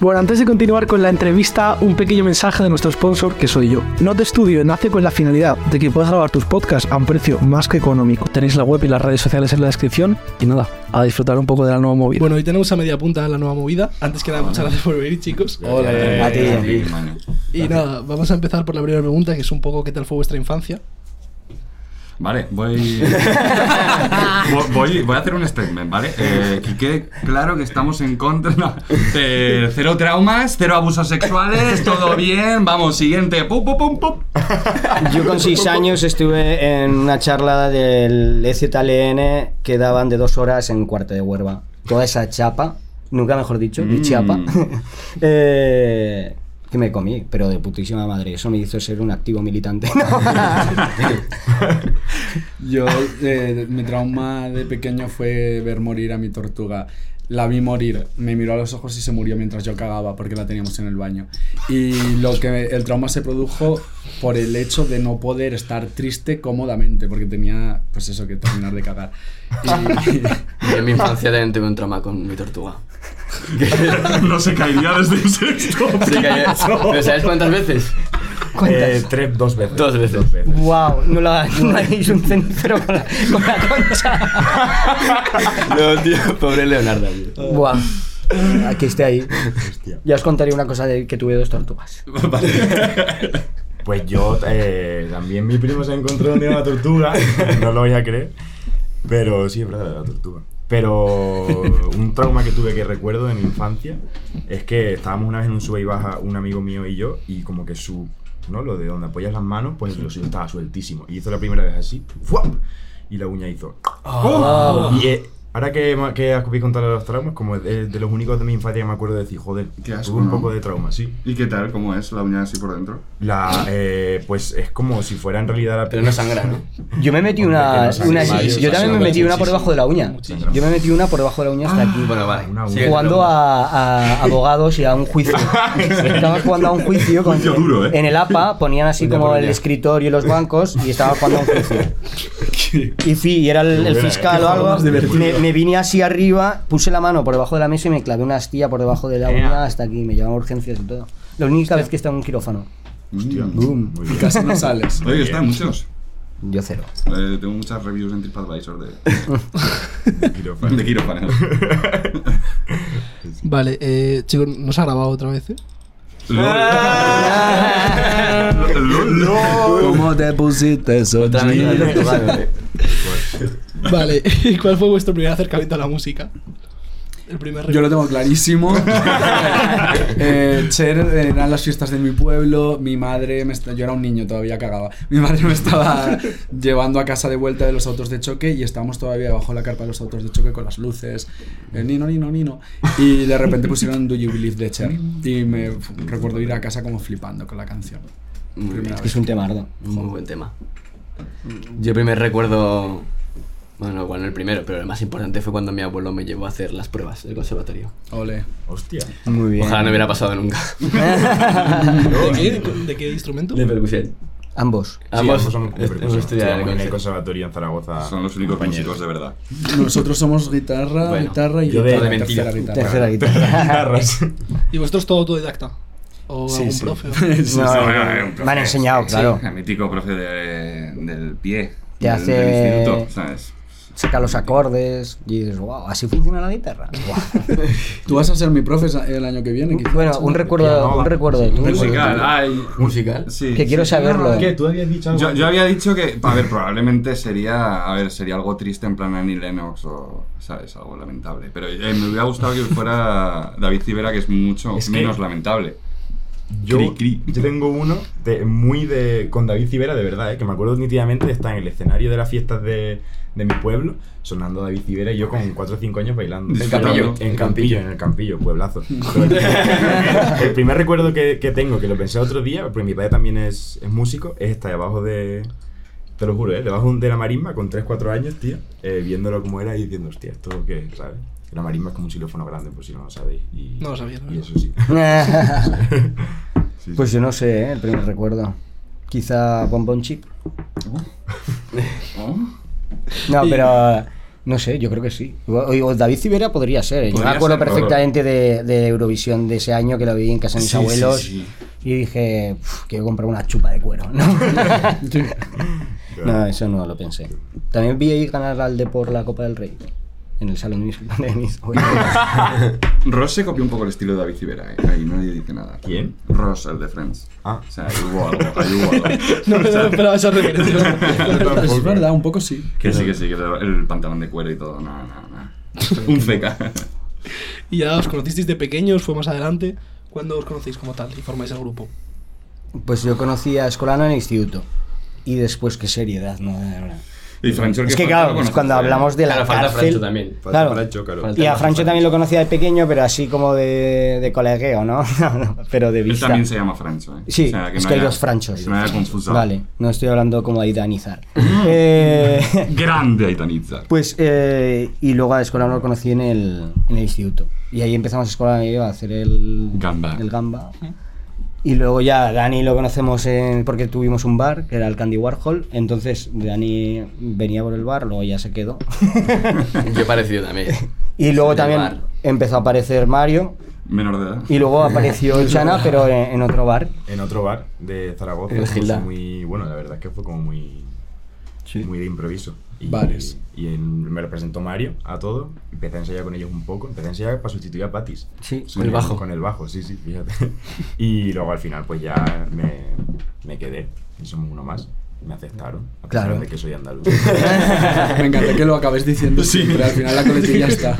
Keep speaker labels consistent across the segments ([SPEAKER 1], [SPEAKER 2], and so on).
[SPEAKER 1] Bueno, antes de continuar con la entrevista, un pequeño mensaje de nuestro sponsor, que soy yo. Note Studio nace con la finalidad de que puedas grabar tus podcasts a un precio más que económico.
[SPEAKER 2] Tenéis la web y las redes sociales en la descripción y nada, a disfrutar un poco de la nueva movida.
[SPEAKER 3] Bueno, hoy tenemos a media punta la nueva movida. Antes que nada, muchas gracias por venir, chicos.
[SPEAKER 4] Hola, Eh, a ti.
[SPEAKER 3] Y nada, vamos a empezar por la primera pregunta, que es un poco qué tal fue vuestra infancia.
[SPEAKER 4] Vale, voy... Vo- voy. Voy a hacer un statement, ¿vale? Eh, que quede claro que estamos en contra. no. Eh, cero traumas, cero abusos sexuales, todo bien. Vamos, siguiente. Pum, pum, pum, pum.
[SPEAKER 5] Yo con 6 años estuve en una charla del E EZLN que daban de dos horas en Cuarto de Huerva. Toda esa chapa, nunca mejor dicho, y
[SPEAKER 4] Mm.
[SPEAKER 5] chapa, eh, que me comí, pero de putísima madre. Eso me hizo ser un activo militante.
[SPEAKER 6] Yo, eh, mi trauma de pequeño fue ver morir a mi tortuga. La vi morir, me miró a los ojos y se murió mientras yo cagaba porque la teníamos en el baño. Y lo que el trauma se produjo por el hecho de no poder estar triste cómodamente porque tenía, pues eso, que terminar de cagar. Y-
[SPEAKER 7] Yo en mi infancia también tuve un trauma con mi tortuga.
[SPEAKER 4] No se caería desde el sexto.
[SPEAKER 7] Sí, que ayer- ¿Pero sabes cuántas veces?
[SPEAKER 5] ¿Cuántas?
[SPEAKER 8] Eh, tres, dos veces.
[SPEAKER 7] Dos veces.
[SPEAKER 5] wow, no la no hagáis un centro con la, con la concha.
[SPEAKER 7] No, tío, pobre Leonardo. tío.
[SPEAKER 5] Buah. Aquí esté ahí. Ya os contaré una cosa de que tuve dos tortugas.
[SPEAKER 8] Pues yo eh, también mi primo se encontró un día una tortuga, no lo voy a creer, pero sí, es verdad, la tortuga. Pero un trauma que tuve que recuerdo de mi infancia es que estábamos una vez en un sube y baja un amigo mío y yo y como que su, ¿no? Lo de donde apoyas las manos, pues lo suyo estaba sueltísimo. Y hizo la primera vez así, ¡fuap! Y la uña hizo.
[SPEAKER 6] Ah.
[SPEAKER 4] Oh. Ah.
[SPEAKER 8] Y eh, ahora que, ma- que habéis contado los traumas, como de, de los únicos de mi infancia que me acuerdo de decir, joder,
[SPEAKER 4] Qué asco,
[SPEAKER 8] tuve
[SPEAKER 4] ¿no?
[SPEAKER 8] un poco de trauma, sí.
[SPEAKER 4] ¿Y qué tal? ¿Cómo es la uña así por dentro?
[SPEAKER 8] La, eh, pues es como si fuera en realidad la
[SPEAKER 7] Pero no sangra, ¿no?
[SPEAKER 5] Yo me metí
[SPEAKER 8] Hombre, que
[SPEAKER 5] una,
[SPEAKER 8] no sabe
[SPEAKER 5] una
[SPEAKER 8] varios,
[SPEAKER 5] sí, yo
[SPEAKER 8] sabe
[SPEAKER 5] también me metí una por
[SPEAKER 8] muchísimo.
[SPEAKER 5] debajo de la uña.
[SPEAKER 8] Muchísimo.
[SPEAKER 5] Yo me metí una por debajo de la uña hasta aquí.
[SPEAKER 7] Bueno, vale.
[SPEAKER 8] Una
[SPEAKER 7] siguiente
[SPEAKER 5] Jugando
[SPEAKER 7] pregunta.
[SPEAKER 5] a, a abogados y a un juicio. Estaba jugando a un juicio. con-
[SPEAKER 4] Juicio duro, ¿eh?
[SPEAKER 5] En el APA ponían así como el escritorio y los bancos y estaba jugando a un juicio. Y fui, y era el, el
[SPEAKER 8] buena,
[SPEAKER 5] fiscal
[SPEAKER 8] eh.
[SPEAKER 5] o algo.
[SPEAKER 8] Más divertido.
[SPEAKER 5] Me, me vine así arriba, puse la mano por debajo de la mesa y me clavé una astilla por debajo de la uña hasta aquí. Me llevaban urgencias y todo. La única vez que estaba en un quirófano.
[SPEAKER 8] Hostia,
[SPEAKER 5] Boom.
[SPEAKER 8] muy bien.
[SPEAKER 6] Casi no sales.
[SPEAKER 4] Oye, están muchos.
[SPEAKER 5] Yo cero.
[SPEAKER 4] Eh, tengo muchas reviews en TripAdvisor de,
[SPEAKER 8] Quirófano.
[SPEAKER 4] de quirófano.
[SPEAKER 3] Vale, eh, chicos, ¿nos ha grabado otra vez? eh?
[SPEAKER 4] Lol.
[SPEAKER 6] ¿Cómo te pusiste eso?
[SPEAKER 7] Otra vez la tortuga, ¿no?
[SPEAKER 3] Vale, ¿y cuál fue vuestro primer acercamiento a la música? El primer
[SPEAKER 6] Yo lo tengo clarísimo. Eh, Cher eh, eran las fiestas de mi pueblo. Mi madre, me esta- yo era un niño, todavía cagaba. Mi madre me estaba llevando a casa de vuelta de los autos de choque y estábamos todavía bajo la carpa de los autos de choque con las luces. eh, nino, nino, nino. Y de repente pusieron Do You Believe de Cher. Y me f- recuerdo ir a casa como flipando con la canción.
[SPEAKER 7] Muy bien.
[SPEAKER 5] Es que es un temardo.
[SPEAKER 7] Muy buen tema. Yo primer recuerdo. Bueno, bueno, el primero, pero el más importante fue cuando mi abuelo me llevó a hacer las pruebas del conservatorio.
[SPEAKER 6] Ole.
[SPEAKER 8] Hostia.
[SPEAKER 5] Muy bien.
[SPEAKER 7] Ojalá no hubiera pasado nunca.
[SPEAKER 3] ¿De qué, ¿De qué instrumento?
[SPEAKER 7] De percusión.
[SPEAKER 5] Ambos.
[SPEAKER 7] Ambos,
[SPEAKER 8] Sí, son de percusión.
[SPEAKER 7] hemos estudiado
[SPEAKER 8] Estudiamos en el
[SPEAKER 7] el conservatorio.
[SPEAKER 8] conservatorio en Zaragoza.
[SPEAKER 4] Son los únicos músicos de verdad.
[SPEAKER 6] Nosotros somos guitarra,
[SPEAKER 7] Bueno,
[SPEAKER 6] guitarra y
[SPEAKER 8] yo de-
[SPEAKER 6] guitarra,
[SPEAKER 7] de mentira.
[SPEAKER 6] tercera guitarra.
[SPEAKER 5] Tercera guitarra.
[SPEAKER 8] Guitarras.
[SPEAKER 3] ¿Y vosotros todo autodidacta? ¿O
[SPEAKER 6] Sí,
[SPEAKER 3] algún
[SPEAKER 6] sí.
[SPEAKER 3] profe?
[SPEAKER 6] Sí,
[SPEAKER 5] No,
[SPEAKER 6] sí.
[SPEAKER 5] no,
[SPEAKER 4] eh,
[SPEAKER 5] no. Me han enseñado, claro.
[SPEAKER 4] El mítico profe de- del pie.
[SPEAKER 5] Te
[SPEAKER 4] del,
[SPEAKER 5] hace-
[SPEAKER 4] del instituto, ¿sabes?
[SPEAKER 5] Saca los acordes y dices, wow, así funciona la guitarra. Guau.
[SPEAKER 6] Tú vas a ser mi profe esa- el año que viene. quizás.
[SPEAKER 5] bueno, un recuerdo, un recuerdo de tú.
[SPEAKER 4] Musical, ay.
[SPEAKER 7] Musical.
[SPEAKER 4] Sí.
[SPEAKER 5] Que quiero saberlo.
[SPEAKER 8] ¿Qué? ¿Tú habías dicho algo?
[SPEAKER 4] Yo, yo había dicho que, a ver, probablemente sería, a ver, sería algo triste en plan Annie Lennox o, ¿sabes? Algo lamentable. Pero eh, me hubiera gustado que fuera David Civera, que es mucho
[SPEAKER 8] Es que-
[SPEAKER 4] menos lamentable.
[SPEAKER 8] Yo,
[SPEAKER 4] Cri, cri.
[SPEAKER 8] yo tengo uno de- muy de. con David Civera, de verdad, eh, que me acuerdo nítidamente de estar en el escenario de las fiestas de, de mi pueblo, sonando David Civera y yo con 4 o 5 años bailando.
[SPEAKER 4] En
[SPEAKER 7] Campillo.
[SPEAKER 8] En Campillo, en el Campillo, pueblazo. Pero el- el primer recuerdo que, que tengo, que lo pensé otro día, porque mi padre también es, es músico, es estar debajo de. Eh, Te lo juro, ¿eh? Debajo de la marisma con 3-4 años, tío, eh, viéndolo como era y diciendo, hostia, esto que, ¿sabes? La marisma es como un xilófono grande, por si no lo sabéis. Y,
[SPEAKER 3] No lo sabía, la
[SPEAKER 8] Y
[SPEAKER 3] verdad.
[SPEAKER 8] eso sí. Sí,
[SPEAKER 5] Pues
[SPEAKER 8] sí.
[SPEAKER 5] yo no sé, ¿eh? el primer recuerdo. Quizá Bombón Chip. No, pero eh, no sé, yo creo que sí. O, o David Civera podría ser. ¿eh? Yo me
[SPEAKER 4] Podría
[SPEAKER 5] acuerdo
[SPEAKER 4] ser,
[SPEAKER 5] perfectamente de, de Eurovisión de ese año que lo vi en casa de mis
[SPEAKER 4] Sí, sí,
[SPEAKER 5] abuelos.
[SPEAKER 4] sí.
[SPEAKER 5] Y dije, "Uf, quiero comprar una chupa de cuero. ¿no? no, eso no lo pensé. También vi ahí ganar al de por la Copa del Rey. En el salón de mis, de mis abuelos.
[SPEAKER 4] Ross se copió un poco el estilo de David Civera, ¿eh? ahí nadie dice nada.
[SPEAKER 8] ¿Quién?
[SPEAKER 4] Ross, el de Friends.
[SPEAKER 8] Ah.
[SPEAKER 4] O sea, ahí hubo algo, ahí hubo algo.
[SPEAKER 3] No me esperaba esa referencia.
[SPEAKER 6] Es verdad, un poco sí.
[SPEAKER 4] Que sí, que sí, que el pantalón de cuero y todo, nada, nada, nada. Un feca.
[SPEAKER 3] Y ya os conocisteis de pequeños, fue más adelante. ¿Cuándo os conocéis como tal y formáis el grupo?
[SPEAKER 5] Pues yo conocí a Escolano en el instituto. Y después, qué seriedad, ¿no? De verdad.
[SPEAKER 4] Y Francho, el
[SPEAKER 5] Es que
[SPEAKER 4] falta lo
[SPEAKER 5] claro, pues
[SPEAKER 4] conoces,
[SPEAKER 5] cuando
[SPEAKER 4] ¿eh?
[SPEAKER 5] hablamos de la
[SPEAKER 7] Claro, falta
[SPEAKER 5] cárcel...
[SPEAKER 7] Francho también.
[SPEAKER 8] Falta
[SPEAKER 5] Claro.
[SPEAKER 8] Francho, claro.
[SPEAKER 7] Falta-
[SPEAKER 5] Y a Francho también lo conocía de pequeño, pero así como de, de colegueo, ¿no? pero de
[SPEAKER 4] Él
[SPEAKER 5] vista.
[SPEAKER 4] también se llama Francho, ¿eh?
[SPEAKER 5] Sí, es que hay dos Franchos.
[SPEAKER 4] Que no haya confusión.
[SPEAKER 5] Vale, no estoy hablando como de Idanizar. eh,
[SPEAKER 4] Grande Aitanitza.
[SPEAKER 5] pues, eh, y luego a Escolano lo conocí en el, en el instituto. Y ahí empezamos a Escolano y yo a hacer el
[SPEAKER 4] Gamba.
[SPEAKER 5] El gamba. Y luego ya Dani lo conocemos en- porque tuvimos un bar, que era el Candy Warhol. Entonces Dani venía por el bar, luego ya se quedó.
[SPEAKER 7] Yo parecido también.
[SPEAKER 5] Y luego
[SPEAKER 7] Del
[SPEAKER 5] también
[SPEAKER 7] bar.
[SPEAKER 5] empezó a aparecer Mario,
[SPEAKER 4] Menor de edad.
[SPEAKER 5] Y luego apareció Chana, pero en, en otro bar.
[SPEAKER 8] En otro bar de Zaragoza.
[SPEAKER 7] En el
[SPEAKER 8] fue
[SPEAKER 7] Gilda.
[SPEAKER 8] Muy, bueno, la verdad es que fue como muy, muy de improviso. Y,
[SPEAKER 6] Bares.
[SPEAKER 8] Y en- me lo presentó Mario a todo. Empecé a ensayar con ellos un poco. Empecé a ensayar para sustituir a Patis.
[SPEAKER 5] Sí.
[SPEAKER 7] Con el bajo.
[SPEAKER 8] Con el bajo, sí, sí, fíjate. Y luego al final, pues ya me, me quedé. Y somos uno más. Me aceptaron. A pesar
[SPEAKER 5] Claro.
[SPEAKER 8] de que soy andaluz.
[SPEAKER 6] Me encanta que lo acabes diciendo siempre. Al final la coletilla está.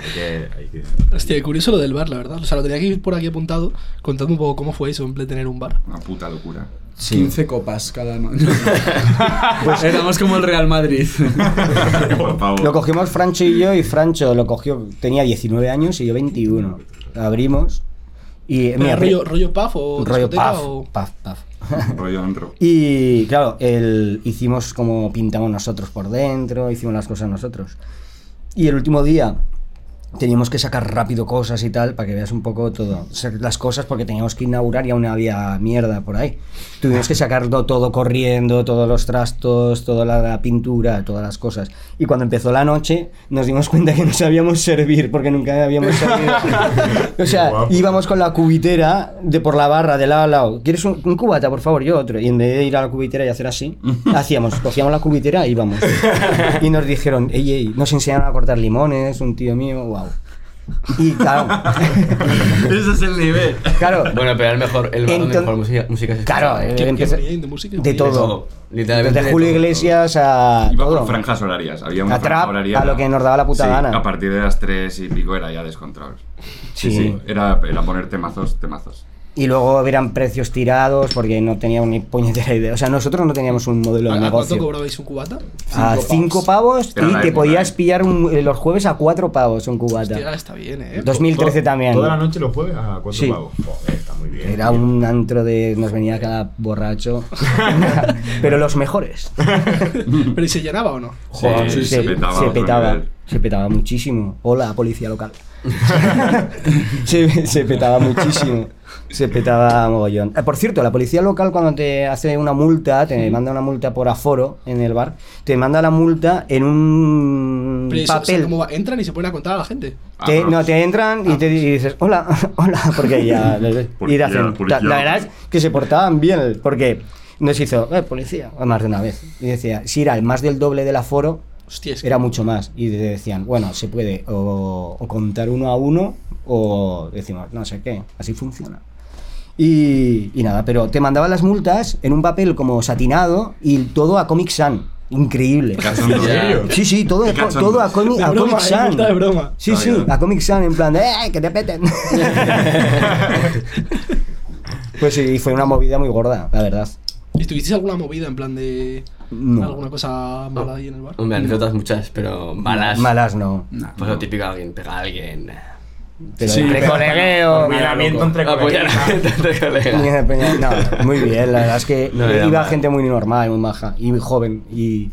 [SPEAKER 8] Hay que- hay que-
[SPEAKER 3] Hostia, qué curioso lo del bar, la verdad. O sea, lo tenía aquí por aquí apuntado, contando un poco cómo fue eso, en plan de tener un bar.
[SPEAKER 4] Una puta locura.
[SPEAKER 6] 15 copas cada noche.
[SPEAKER 5] Pues
[SPEAKER 6] Éramos como el Real Madrid.
[SPEAKER 4] Por favor.
[SPEAKER 5] Lo cogimos Francho y yo, y Francho lo cogió, tenía 19 años y yo 21. Abrimos. Y
[SPEAKER 3] Pero,
[SPEAKER 5] Eh, mira,
[SPEAKER 3] rollo, ¿Rollo puff o
[SPEAKER 5] rollo
[SPEAKER 3] discoteca
[SPEAKER 5] paf,
[SPEAKER 3] o...?
[SPEAKER 5] paf, paf.
[SPEAKER 4] Rollo Andro.
[SPEAKER 5] Y claro, el, hicimos como pintamos nosotros por dentro, hicimos las cosas nosotros. Y el último día teníamos que sacar rápido cosas y tal, para que veas un poco todo. O sea, las cosas porque teníamos que inaugurar y aún había mierda por ahí. Tuvimos que sacarlo todo corriendo, todos los trastos, toda la, la pintura, todas las cosas. Y cuando empezó la noche nos dimos cuenta que no sabíamos servir, porque nunca habíamos servido. o
[SPEAKER 8] Qué
[SPEAKER 5] sea,
[SPEAKER 8] guapo.
[SPEAKER 5] íbamos con la cubitera de por la barra, de lado a lado. ¿Quieres un, un cubata, por favor? Yo otro. Y en vez de ir a la cubitera y hacer así, hacíamos, cogíamos la cubitera y íbamos. Y nos dijeron, ey, ey, nos enseñaron a cortar limones, un tío mío, wow. Y claro,
[SPEAKER 4] Ese es el nivel.
[SPEAKER 5] claro,
[SPEAKER 7] Bueno, pero el mejor, el bar donde
[SPEAKER 5] Entonces-
[SPEAKER 7] mejor música, música se
[SPEAKER 5] claro,
[SPEAKER 7] escucha.
[SPEAKER 5] eh,
[SPEAKER 3] ¿Qué, qué
[SPEAKER 5] empecé-
[SPEAKER 3] variedad de música?
[SPEAKER 5] de
[SPEAKER 7] De
[SPEAKER 5] todo.
[SPEAKER 7] Literalmente.
[SPEAKER 5] Desde
[SPEAKER 7] de
[SPEAKER 5] Julio
[SPEAKER 7] todo.
[SPEAKER 5] Iglesias a
[SPEAKER 4] Iba
[SPEAKER 5] todo.
[SPEAKER 4] por franjas horarias. Había una
[SPEAKER 5] A
[SPEAKER 4] franja
[SPEAKER 5] trap,
[SPEAKER 4] horaria.
[SPEAKER 5] a lo que nos daba la puta
[SPEAKER 4] sí,
[SPEAKER 5] gana.
[SPEAKER 4] A partir de las 3 y pico era ya descontrol. Sí,
[SPEAKER 5] Sí.
[SPEAKER 4] sí. Era, era poner temazos, temazos.
[SPEAKER 5] Y luego eran precios tirados porque no teníamos ni puñetera idea. O sea, nosotros no teníamos un modelo
[SPEAKER 3] ¿A,
[SPEAKER 5] de
[SPEAKER 3] a cuánto
[SPEAKER 5] negocio.
[SPEAKER 3] cobrabais un cubata?
[SPEAKER 5] a
[SPEAKER 6] Cinco
[SPEAKER 5] cinco pavos
[SPEAKER 4] Era la
[SPEAKER 5] y te
[SPEAKER 4] época,
[SPEAKER 5] podías
[SPEAKER 4] ¿eh?
[SPEAKER 5] pillar un- eh, los jueves a cuatro pavos un
[SPEAKER 3] Hostia,
[SPEAKER 5] cubata.
[SPEAKER 3] está bien, ¿eh?
[SPEAKER 5] 2013
[SPEAKER 8] To-
[SPEAKER 5] también.
[SPEAKER 8] Toda la noche los jueves a cuatro
[SPEAKER 5] Sí.
[SPEAKER 8] pavos. Joder, está muy bien.
[SPEAKER 5] Era un antro de. Nos venía cada borracho. Pero los mejores.
[SPEAKER 3] ¿Pero y se llenaba o no?
[SPEAKER 5] Joder,
[SPEAKER 4] Sí, se
[SPEAKER 5] se,
[SPEAKER 4] petaba a
[SPEAKER 5] se
[SPEAKER 4] otro
[SPEAKER 5] petaba.
[SPEAKER 4] nivel.
[SPEAKER 5] Se petaba muchísimo. Hola, policía local. se, se petaba muchísimo. Se petaba mogollón. Eh, por cierto, la policía local cuando te hace una multa, te manda una multa por aforo en el bar, te manda la multa en un
[SPEAKER 3] Pero eso, o sea,
[SPEAKER 5] papel.
[SPEAKER 3] ¿cómo va? Entran y se ponen a contar a la gente.
[SPEAKER 5] Te-
[SPEAKER 4] Aprox.
[SPEAKER 3] pues
[SPEAKER 5] no, te entran
[SPEAKER 3] ah,
[SPEAKER 5] y te y dices, hola, hola, porque ya. les ves, y te
[SPEAKER 4] Policía,
[SPEAKER 5] hacen.
[SPEAKER 4] policía.
[SPEAKER 5] La verdad es que se portaban bien, porque nos hizo, eh, policía, más de una vez. Y decía, si era el más del doble del aforo,
[SPEAKER 3] Hostia, es que...
[SPEAKER 5] era mucho más. Y te decían, bueno, se puede o, o contar uno a uno o decimos, no sé qué, así funciona. Y, y nada, pero te mandaban las multas en un papel como satinado y todo a Comic San. Increíble.
[SPEAKER 4] Cachondo.
[SPEAKER 7] ¿En serio?
[SPEAKER 5] Sí, sí, todo,
[SPEAKER 4] Qué
[SPEAKER 5] a co-
[SPEAKER 4] cachondos.
[SPEAKER 5] todo a, Comi-
[SPEAKER 3] De
[SPEAKER 5] a
[SPEAKER 3] broma,
[SPEAKER 5] Comic
[SPEAKER 3] ¿eh?
[SPEAKER 5] San.
[SPEAKER 3] Multa de broma.
[SPEAKER 5] Sí, sí,
[SPEAKER 4] Claro.
[SPEAKER 5] a Comic San en plan de ¡eh, que te peten! pues sí, fue una movida muy gorda, la verdad.
[SPEAKER 3] ¿Y tuvisteis alguna movida en plan de...
[SPEAKER 5] No.
[SPEAKER 3] ¿Alguna cosa mala ahí en el bar?
[SPEAKER 7] Hombre, anécdotas muchas, pero malas.
[SPEAKER 5] Malas no.
[SPEAKER 7] Pues lo típico, alguien pega a alguien.
[SPEAKER 5] Pero Pues
[SPEAKER 6] Sí,
[SPEAKER 5] entre
[SPEAKER 6] pero-
[SPEAKER 5] colegueo.
[SPEAKER 8] Cuidamiento entre colegas.
[SPEAKER 7] Apoyamiento entre colegas.
[SPEAKER 5] Peña- peña- No, muy bien, la verdad es que
[SPEAKER 7] No era
[SPEAKER 5] iba
[SPEAKER 7] mal.
[SPEAKER 5] gente muy normal, muy maja y muy joven. Y,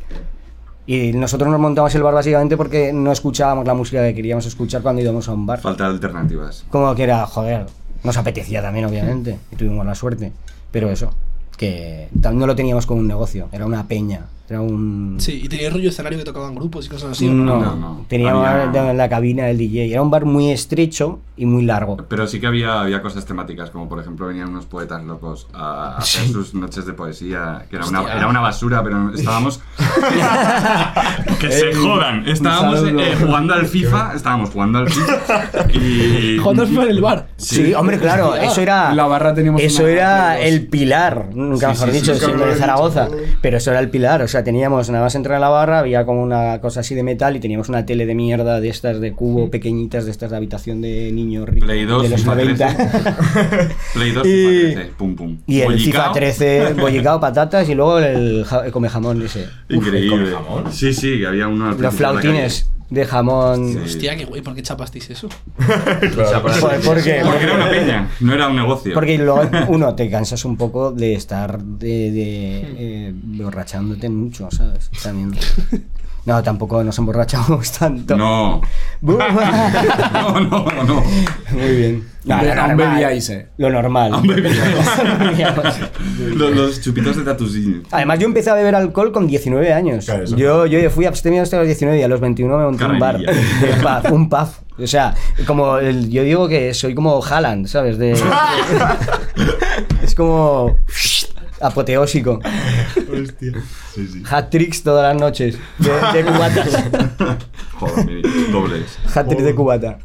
[SPEAKER 5] y nosotros nos montamos el bar básicamente porque no escuchábamos la música que queríamos escuchar cuando íbamos a un bar.
[SPEAKER 4] Falta de alternativas.
[SPEAKER 5] Como que era, joder, nos apetecía también, obviamente, y tuvimos la suerte. Pero eso, que tam- no lo teníamos como un negocio, era una peña, era un...
[SPEAKER 3] Sí, y tenía rollo escenario que tocaban grupos y cosas así. ¿o
[SPEAKER 5] No,
[SPEAKER 4] No, no.
[SPEAKER 5] teníamos
[SPEAKER 4] Había-
[SPEAKER 5] la cabina del DJ. Era un bar muy estrecho y muy largo.
[SPEAKER 4] Pero sí que había, había cosas temáticas, como por ejemplo venían unos poetas locos a hacer sus noches de poesía, que era una, era una basura, pero estábamos... que se jodan, estábamos
[SPEAKER 6] saludo.
[SPEAKER 4] eh, jugando al FIFA, estábamos jugando al FIFA y...
[SPEAKER 3] Jugando al FIFA en el bar.
[SPEAKER 5] Sí, hombre, claro, eso era.
[SPEAKER 6] La barra teníamos
[SPEAKER 5] Eso
[SPEAKER 6] una-
[SPEAKER 5] era
[SPEAKER 6] dos.
[SPEAKER 5] el pilar, nunca
[SPEAKER 4] Sí,
[SPEAKER 5] mejor
[SPEAKER 4] sí, sí,
[SPEAKER 5] dicho,
[SPEAKER 4] sí,
[SPEAKER 5] siempre
[SPEAKER 4] sí,
[SPEAKER 5] de
[SPEAKER 4] sí.
[SPEAKER 5] Zaragoza. Pero eso era el pilar, o sea, teníamos, nada más entrar a la barra, había como una cosa así de metal y teníamos una tele de mierda de estas de cubo, pequeñitas, de estas de habitación de niño rico.
[SPEAKER 4] Play 2,
[SPEAKER 5] de los
[SPEAKER 4] FIFA
[SPEAKER 5] 90.
[SPEAKER 4] 13. Play 2
[SPEAKER 5] Y-
[SPEAKER 4] FIFA 13, pum pum.
[SPEAKER 5] Y el
[SPEAKER 4] Bollicao,
[SPEAKER 5] FIFA 13, bollicao, patatas y luego el, ja- el come jamón ese.
[SPEAKER 4] Increíble.
[SPEAKER 8] Uf, con jamón.
[SPEAKER 4] Sí, sí, que había unos...
[SPEAKER 5] Los flautines de jamón.
[SPEAKER 4] Sí.
[SPEAKER 3] Hostia, qué güey, ¿por qué chapasteis eso?
[SPEAKER 5] Joder, ¿por qué?
[SPEAKER 4] Porque era una peña, no era un negocio.
[SPEAKER 5] Porque luego, uno, te cansas un poco de estar de, de, eh, borrachándote mucho, ¿sabes? También. No, tampoco nos emborrachamos tanto.
[SPEAKER 4] No.
[SPEAKER 5] Bu-
[SPEAKER 4] No, no, no.
[SPEAKER 5] Muy bien.
[SPEAKER 6] No,
[SPEAKER 5] lo
[SPEAKER 6] aún
[SPEAKER 5] normal.
[SPEAKER 6] bebíais, eh.
[SPEAKER 5] Lo normal. pues.
[SPEAKER 4] Aún bebíais. Los, los chupitos de Tatusini.
[SPEAKER 5] Además, yo empecé a beber alcohol con 19 años.
[SPEAKER 8] Claro, eso.
[SPEAKER 5] yo, yo fui abstemio hasta los 19 y a los 21 me monté un bar.
[SPEAKER 4] Carrerilla.
[SPEAKER 5] Un pub, un pub. O sea, como el- yo digo que soy como Haaland, ¿sabes? De, es como apoteósico.
[SPEAKER 8] Hostia. Sí, sí.
[SPEAKER 5] Hat tricks todas las noches de, de cubatas.
[SPEAKER 4] Joder, mi- dobles.
[SPEAKER 5] Hat trick de
[SPEAKER 8] Oh.
[SPEAKER 5] cubata.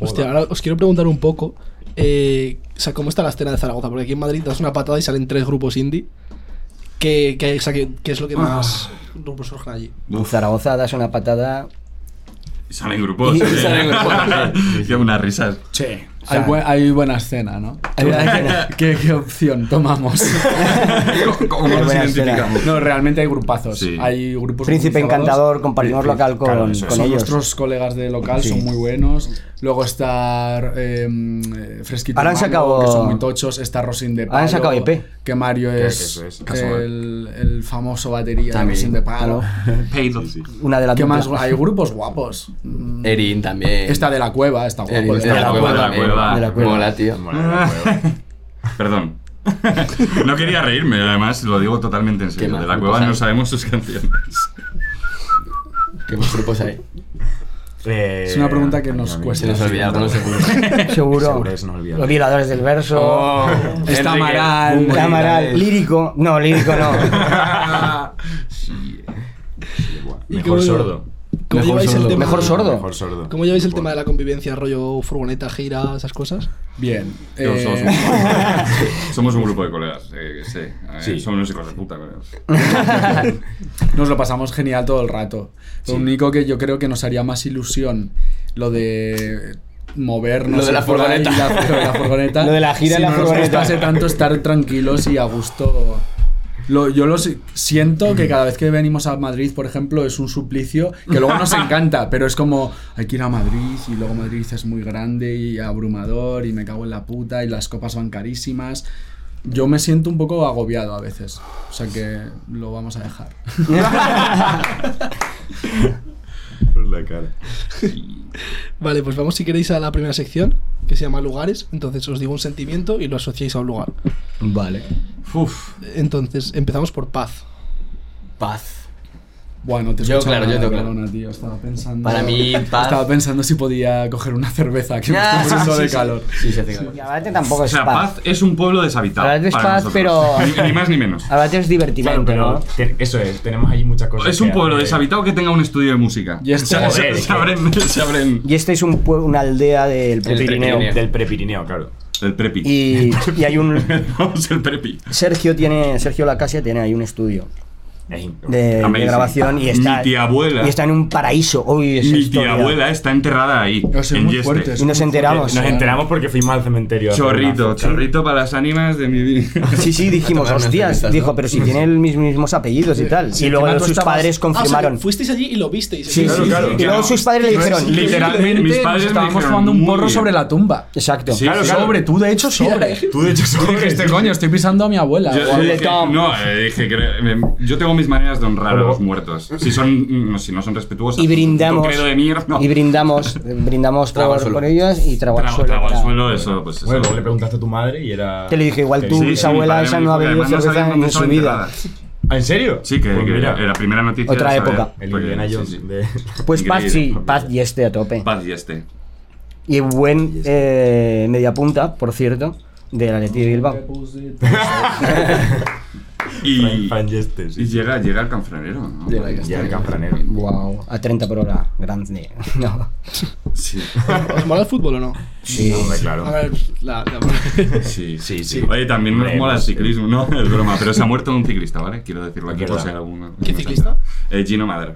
[SPEAKER 3] Hostia, ahora os quiero preguntar un poco. eh, o sea, ¿cómo está la escena de Zaragoza? Porque aquí en Madrid das una patada y salen tres grupos indie. ¿Qué, qué, o sea, qué- qué es lo que más grupos surgen allí?
[SPEAKER 5] En Zaragoza das una patada.
[SPEAKER 4] Y salen grupos.
[SPEAKER 5] Y
[SPEAKER 4] eh.
[SPEAKER 5] salen
[SPEAKER 4] Qué unas risas.
[SPEAKER 6] Che.
[SPEAKER 5] sea-
[SPEAKER 6] hay, buen- hay buena escena, ¿no?
[SPEAKER 5] Hay buena escena.
[SPEAKER 6] ¿Qué, qué opción tomamos?
[SPEAKER 4] ¿Cómo- ¿Cómo
[SPEAKER 5] Qué
[SPEAKER 4] nos
[SPEAKER 5] buena
[SPEAKER 4] identificamos?
[SPEAKER 6] no, realmente hay grupazos.
[SPEAKER 4] Sí.
[SPEAKER 6] Hay grupos
[SPEAKER 5] Príncipe
[SPEAKER 6] muy cerrados.
[SPEAKER 5] encantador, compartimos local con,
[SPEAKER 8] claro, eso es.
[SPEAKER 5] con
[SPEAKER 6] Son
[SPEAKER 5] ellos.
[SPEAKER 6] nuestros colegas de local,
[SPEAKER 5] Sí.
[SPEAKER 6] son muy buenos. Luego está eh, eh, Fresquito
[SPEAKER 5] Ahora han
[SPEAKER 6] Mango,
[SPEAKER 5] sacado-
[SPEAKER 6] que son muy tochos. Está Rosin de
[SPEAKER 5] han
[SPEAKER 6] Palo.
[SPEAKER 5] sacado EP.
[SPEAKER 6] Que Mario
[SPEAKER 8] que
[SPEAKER 6] es,
[SPEAKER 8] eso es, casual.
[SPEAKER 6] el, el famoso batería de
[SPEAKER 7] También.
[SPEAKER 6] Rosin de Palo.
[SPEAKER 4] Payload.
[SPEAKER 5] Una de las
[SPEAKER 6] ¿Qué más?
[SPEAKER 5] duplas.
[SPEAKER 6] Hay grupos guapos. Mm,
[SPEAKER 5] Eh,
[SPEAKER 7] Erin también.
[SPEAKER 6] Esta de la cueva, está guapo.
[SPEAKER 7] Erin
[SPEAKER 6] Está
[SPEAKER 7] de la
[SPEAKER 6] guapo.
[SPEAKER 7] cueva
[SPEAKER 4] de la
[SPEAKER 7] también.
[SPEAKER 4] cueva.
[SPEAKER 5] De la cueva.
[SPEAKER 7] Mola, tío.
[SPEAKER 8] Bueno, bueno.
[SPEAKER 4] Perdón. No quería reírme, además lo digo totalmente en serio.
[SPEAKER 7] más
[SPEAKER 4] De la
[SPEAKER 7] grupos
[SPEAKER 4] cueva
[SPEAKER 5] pues,
[SPEAKER 4] no
[SPEAKER 7] hay?
[SPEAKER 4] sabemos sus canciones.
[SPEAKER 7] ¿Qué más grupos hay?
[SPEAKER 8] Eh,
[SPEAKER 6] Es una pregunta que nos
[SPEAKER 8] a mí
[SPEAKER 6] cuesta.
[SPEAKER 7] Se nos olvida alguno seguro.
[SPEAKER 5] Seguro.
[SPEAKER 8] Seguro es inolvidable.
[SPEAKER 5] Los violadores del verso.
[SPEAKER 6] Oh. Está
[SPEAKER 7] Enrique,
[SPEAKER 6] Amaral.
[SPEAKER 7] Humboldt,
[SPEAKER 5] Oh, Amaral,
[SPEAKER 7] Amaral.
[SPEAKER 5] lírico. No, lírico no.
[SPEAKER 3] ¿Y
[SPEAKER 8] Mejor
[SPEAKER 3] cómo-
[SPEAKER 8] sordo.
[SPEAKER 3] ¿Cómo
[SPEAKER 7] Mejor
[SPEAKER 3] lleváis el
[SPEAKER 7] sordo.
[SPEAKER 3] tema?
[SPEAKER 5] Mejor sordo.
[SPEAKER 8] Mejor sordo.
[SPEAKER 3] ¿Cómo lleváis el tema de la convivencia, rollo furgoneta, gira, esas cosas?
[SPEAKER 6] Bien.
[SPEAKER 4] Yo,
[SPEAKER 6] eh,
[SPEAKER 4] somos, un grupo, somos un grupo de colegas. eh, que sí, eh,
[SPEAKER 8] Sí.
[SPEAKER 4] Son unos hijos de puta. pero-
[SPEAKER 6] nos lo pasamos genial todo el rato. Lo único que yo creo que nos haría más ilusión lo de movernos
[SPEAKER 7] Lo de la
[SPEAKER 6] por ahí,
[SPEAKER 7] furgoneta.
[SPEAKER 6] la- lo de la furgoneta.
[SPEAKER 5] Lo de la gira en
[SPEAKER 6] si
[SPEAKER 5] la
[SPEAKER 6] no nos
[SPEAKER 5] furgoneta.
[SPEAKER 6] gustase tanto estar tranquilos y a gusto. Lo- yo lo si- siento que cada vez que venimos a Madrid, por ejemplo, es un suplicio que luego nos encanta, pero es como hay que ir a Madrid y luego Madrid es muy grande y abrumador y me cago en la puta y las copas van carísimas. Yo me siento un poco agobiado a veces, o sea que lo vamos a dejar.
[SPEAKER 8] Por la cara.
[SPEAKER 3] Vale, pues vamos si queréis a la primera sección, que se llama lugares. Entonces os digo un sentimiento y lo asociáis a un lugar.
[SPEAKER 5] Vale.
[SPEAKER 7] Uf,
[SPEAKER 3] Entonces empezamos por paz.
[SPEAKER 7] paz.
[SPEAKER 6] Bueno, te
[SPEAKER 7] Yo,
[SPEAKER 6] escuchaba
[SPEAKER 7] claro, yo tengo claro.
[SPEAKER 6] Barcelona, tío, estaba pensando.
[SPEAKER 7] Para mí, paz.
[SPEAKER 6] Estaba pensando si podía coger una cerveza que me
[SPEAKER 7] Ah,
[SPEAKER 6] está
[SPEAKER 7] sí,
[SPEAKER 6] muriendo
[SPEAKER 7] sí,
[SPEAKER 6] de
[SPEAKER 7] sí.
[SPEAKER 6] calor.
[SPEAKER 7] Sí, se hace calor.
[SPEAKER 5] Y Abalate tampoco
[SPEAKER 4] O
[SPEAKER 5] es
[SPEAKER 4] sea,
[SPEAKER 5] paz.
[SPEAKER 4] Paz es un pueblo deshabitado.
[SPEAKER 5] Ahora es
[SPEAKER 4] para
[SPEAKER 5] paz,
[SPEAKER 4] nosotros.
[SPEAKER 5] pero- Ah,
[SPEAKER 4] Ni- ni más ni menos.
[SPEAKER 5] Ahora es divertimento,
[SPEAKER 8] Claro, pero
[SPEAKER 5] ¿no?
[SPEAKER 8] te- eso es, tenemos allí muchas
[SPEAKER 5] pues
[SPEAKER 8] cosas.
[SPEAKER 4] Es un
[SPEAKER 8] que
[SPEAKER 4] pueblo
[SPEAKER 5] eh.
[SPEAKER 8] hacer.
[SPEAKER 4] deshabitado que tenga un estudio de música.
[SPEAKER 6] Y este-
[SPEAKER 4] se, se-
[SPEAKER 8] Joder,
[SPEAKER 4] se
[SPEAKER 8] que-
[SPEAKER 4] abren, se abren
[SPEAKER 5] Y este es un pue- una aldea del
[SPEAKER 7] Prepirineo.
[SPEAKER 5] Prepirineo.
[SPEAKER 8] Del prepirineo, claro.
[SPEAKER 4] el prepi.
[SPEAKER 5] Y, y hay un.
[SPEAKER 4] Vamos, el prepi.
[SPEAKER 5] Sergio tiene. Sergio Lacasia tiene ahí un estudio.
[SPEAKER 8] Es in-
[SPEAKER 5] Eh, de, de
[SPEAKER 4] Amazing.
[SPEAKER 5] grabación y está,
[SPEAKER 4] Mi tía abuela.
[SPEAKER 5] y está en un paraíso. Uy, es
[SPEAKER 4] Mi
[SPEAKER 5] historia.
[SPEAKER 4] tía abuela está enterrada ahí.
[SPEAKER 6] No sé,
[SPEAKER 4] en
[SPEAKER 6] muy
[SPEAKER 4] Yeste.
[SPEAKER 6] fuerte.
[SPEAKER 5] Y nos enteramos.
[SPEAKER 8] Nos enteramos porque fuimos al cementerio. a hacer
[SPEAKER 4] Chorrito,
[SPEAKER 8] una fecha.
[SPEAKER 4] chorrito para las ánimas de mi vida.
[SPEAKER 5] Sí, sí, dijimos,
[SPEAKER 7] tomar unas
[SPEAKER 5] hostias.
[SPEAKER 7] cervezas,
[SPEAKER 5] Dijo,
[SPEAKER 7] ¿no?
[SPEAKER 5] pero si tiene los mis- mismos apellidos y tal.
[SPEAKER 3] Sí,
[SPEAKER 5] y luego
[SPEAKER 3] encima tú
[SPEAKER 5] sus
[SPEAKER 3] estabas-
[SPEAKER 5] padres
[SPEAKER 3] Ah, o sea,
[SPEAKER 5] confirmaron.
[SPEAKER 3] fuisteis allí y lo visteis.
[SPEAKER 5] Sí,
[SPEAKER 8] Claro,
[SPEAKER 5] sí,
[SPEAKER 8] claro.
[SPEAKER 5] Y luego sus padres le dijeron.
[SPEAKER 4] Literalmente, mis padres
[SPEAKER 6] nos
[SPEAKER 4] me
[SPEAKER 6] estábamos
[SPEAKER 4] dijeron,
[SPEAKER 6] jugando un
[SPEAKER 4] "Muy
[SPEAKER 6] porro
[SPEAKER 4] bien".
[SPEAKER 6] sobre la tumba.
[SPEAKER 5] Exacto.
[SPEAKER 4] Sí,
[SPEAKER 8] Claro,
[SPEAKER 4] sí.
[SPEAKER 8] claro.
[SPEAKER 6] Sobre, tú de hecho sobre.
[SPEAKER 8] Tú de hecho
[SPEAKER 6] Tú
[SPEAKER 8] sobre.
[SPEAKER 6] dijiste, coño, estoy pisando a mi abuela.
[SPEAKER 4] Yo,
[SPEAKER 6] o algo.
[SPEAKER 4] yo dije, no, eh, dije que me- yo tengo mis maneras de honrar a los muertos. Si son, mm, si no son respetuosas.
[SPEAKER 5] Y brindamos.
[SPEAKER 4] Un credo de mierda. no.
[SPEAKER 5] Y brindamos, brindamos
[SPEAKER 7] Trago al
[SPEAKER 5] por,
[SPEAKER 7] suelo.
[SPEAKER 5] por ellos y trago al
[SPEAKER 4] Trago-
[SPEAKER 5] suelo,
[SPEAKER 4] trago al
[SPEAKER 5] claro.
[SPEAKER 4] suelo, eso, pues eso.
[SPEAKER 8] Bueno, luego le preguntaste a tu madre y era.
[SPEAKER 5] Que le dije, igual tú,
[SPEAKER 8] Sí,
[SPEAKER 5] esa
[SPEAKER 4] mi
[SPEAKER 5] abuela
[SPEAKER 4] padre
[SPEAKER 5] esa
[SPEAKER 4] me
[SPEAKER 5] no ha
[SPEAKER 4] dijo que
[SPEAKER 5] bebido
[SPEAKER 4] además no
[SPEAKER 5] cerveza
[SPEAKER 4] sabían
[SPEAKER 5] en
[SPEAKER 4] dónde
[SPEAKER 5] su
[SPEAKER 4] son
[SPEAKER 5] vida.
[SPEAKER 4] enterradas.
[SPEAKER 8] ¿Ah, ¿En serio?
[SPEAKER 4] Sí, que,
[SPEAKER 8] Pues
[SPEAKER 4] que
[SPEAKER 8] mira,
[SPEAKER 4] era la primera noticia.
[SPEAKER 5] Otra
[SPEAKER 4] de saber,
[SPEAKER 5] época.
[SPEAKER 8] El
[SPEAKER 4] porque-
[SPEAKER 8] Indiana
[SPEAKER 4] sí,
[SPEAKER 8] Jones.
[SPEAKER 4] sí.
[SPEAKER 8] de-
[SPEAKER 5] Pues paz sí,
[SPEAKER 4] Increíble.
[SPEAKER 5] paz y este a tope.
[SPEAKER 4] Paz y este.
[SPEAKER 5] Y buen
[SPEAKER 8] este.
[SPEAKER 5] eh, mediapunta, por cierto, de la Leti de Bilbao.
[SPEAKER 4] Y,
[SPEAKER 8] Fran Yeste,
[SPEAKER 4] y
[SPEAKER 8] sí.
[SPEAKER 4] llega, llega el canfranero. ¿no?
[SPEAKER 6] Llega el
[SPEAKER 8] Ya el campranero.
[SPEAKER 5] Wow, a 30 por hora, grande. No.
[SPEAKER 4] Sí.
[SPEAKER 3] ¿Os mola el fútbol o no?
[SPEAKER 8] Sí, hombre, claro.
[SPEAKER 3] A ver, la, la-
[SPEAKER 4] Sí,
[SPEAKER 8] Sí, sí.
[SPEAKER 4] Oye, también nos
[SPEAKER 8] Hombre,
[SPEAKER 4] mola el
[SPEAKER 8] hemos-
[SPEAKER 4] ciclismo, no, es broma, pero se ha muerto un ciclista, ¿vale? Quiero decirlo aquí por
[SPEAKER 8] Verdad.
[SPEAKER 4] si hay alguno.
[SPEAKER 3] ¿Qué
[SPEAKER 4] no se
[SPEAKER 3] ciclista?
[SPEAKER 4] entera. Eh, Gino Madero.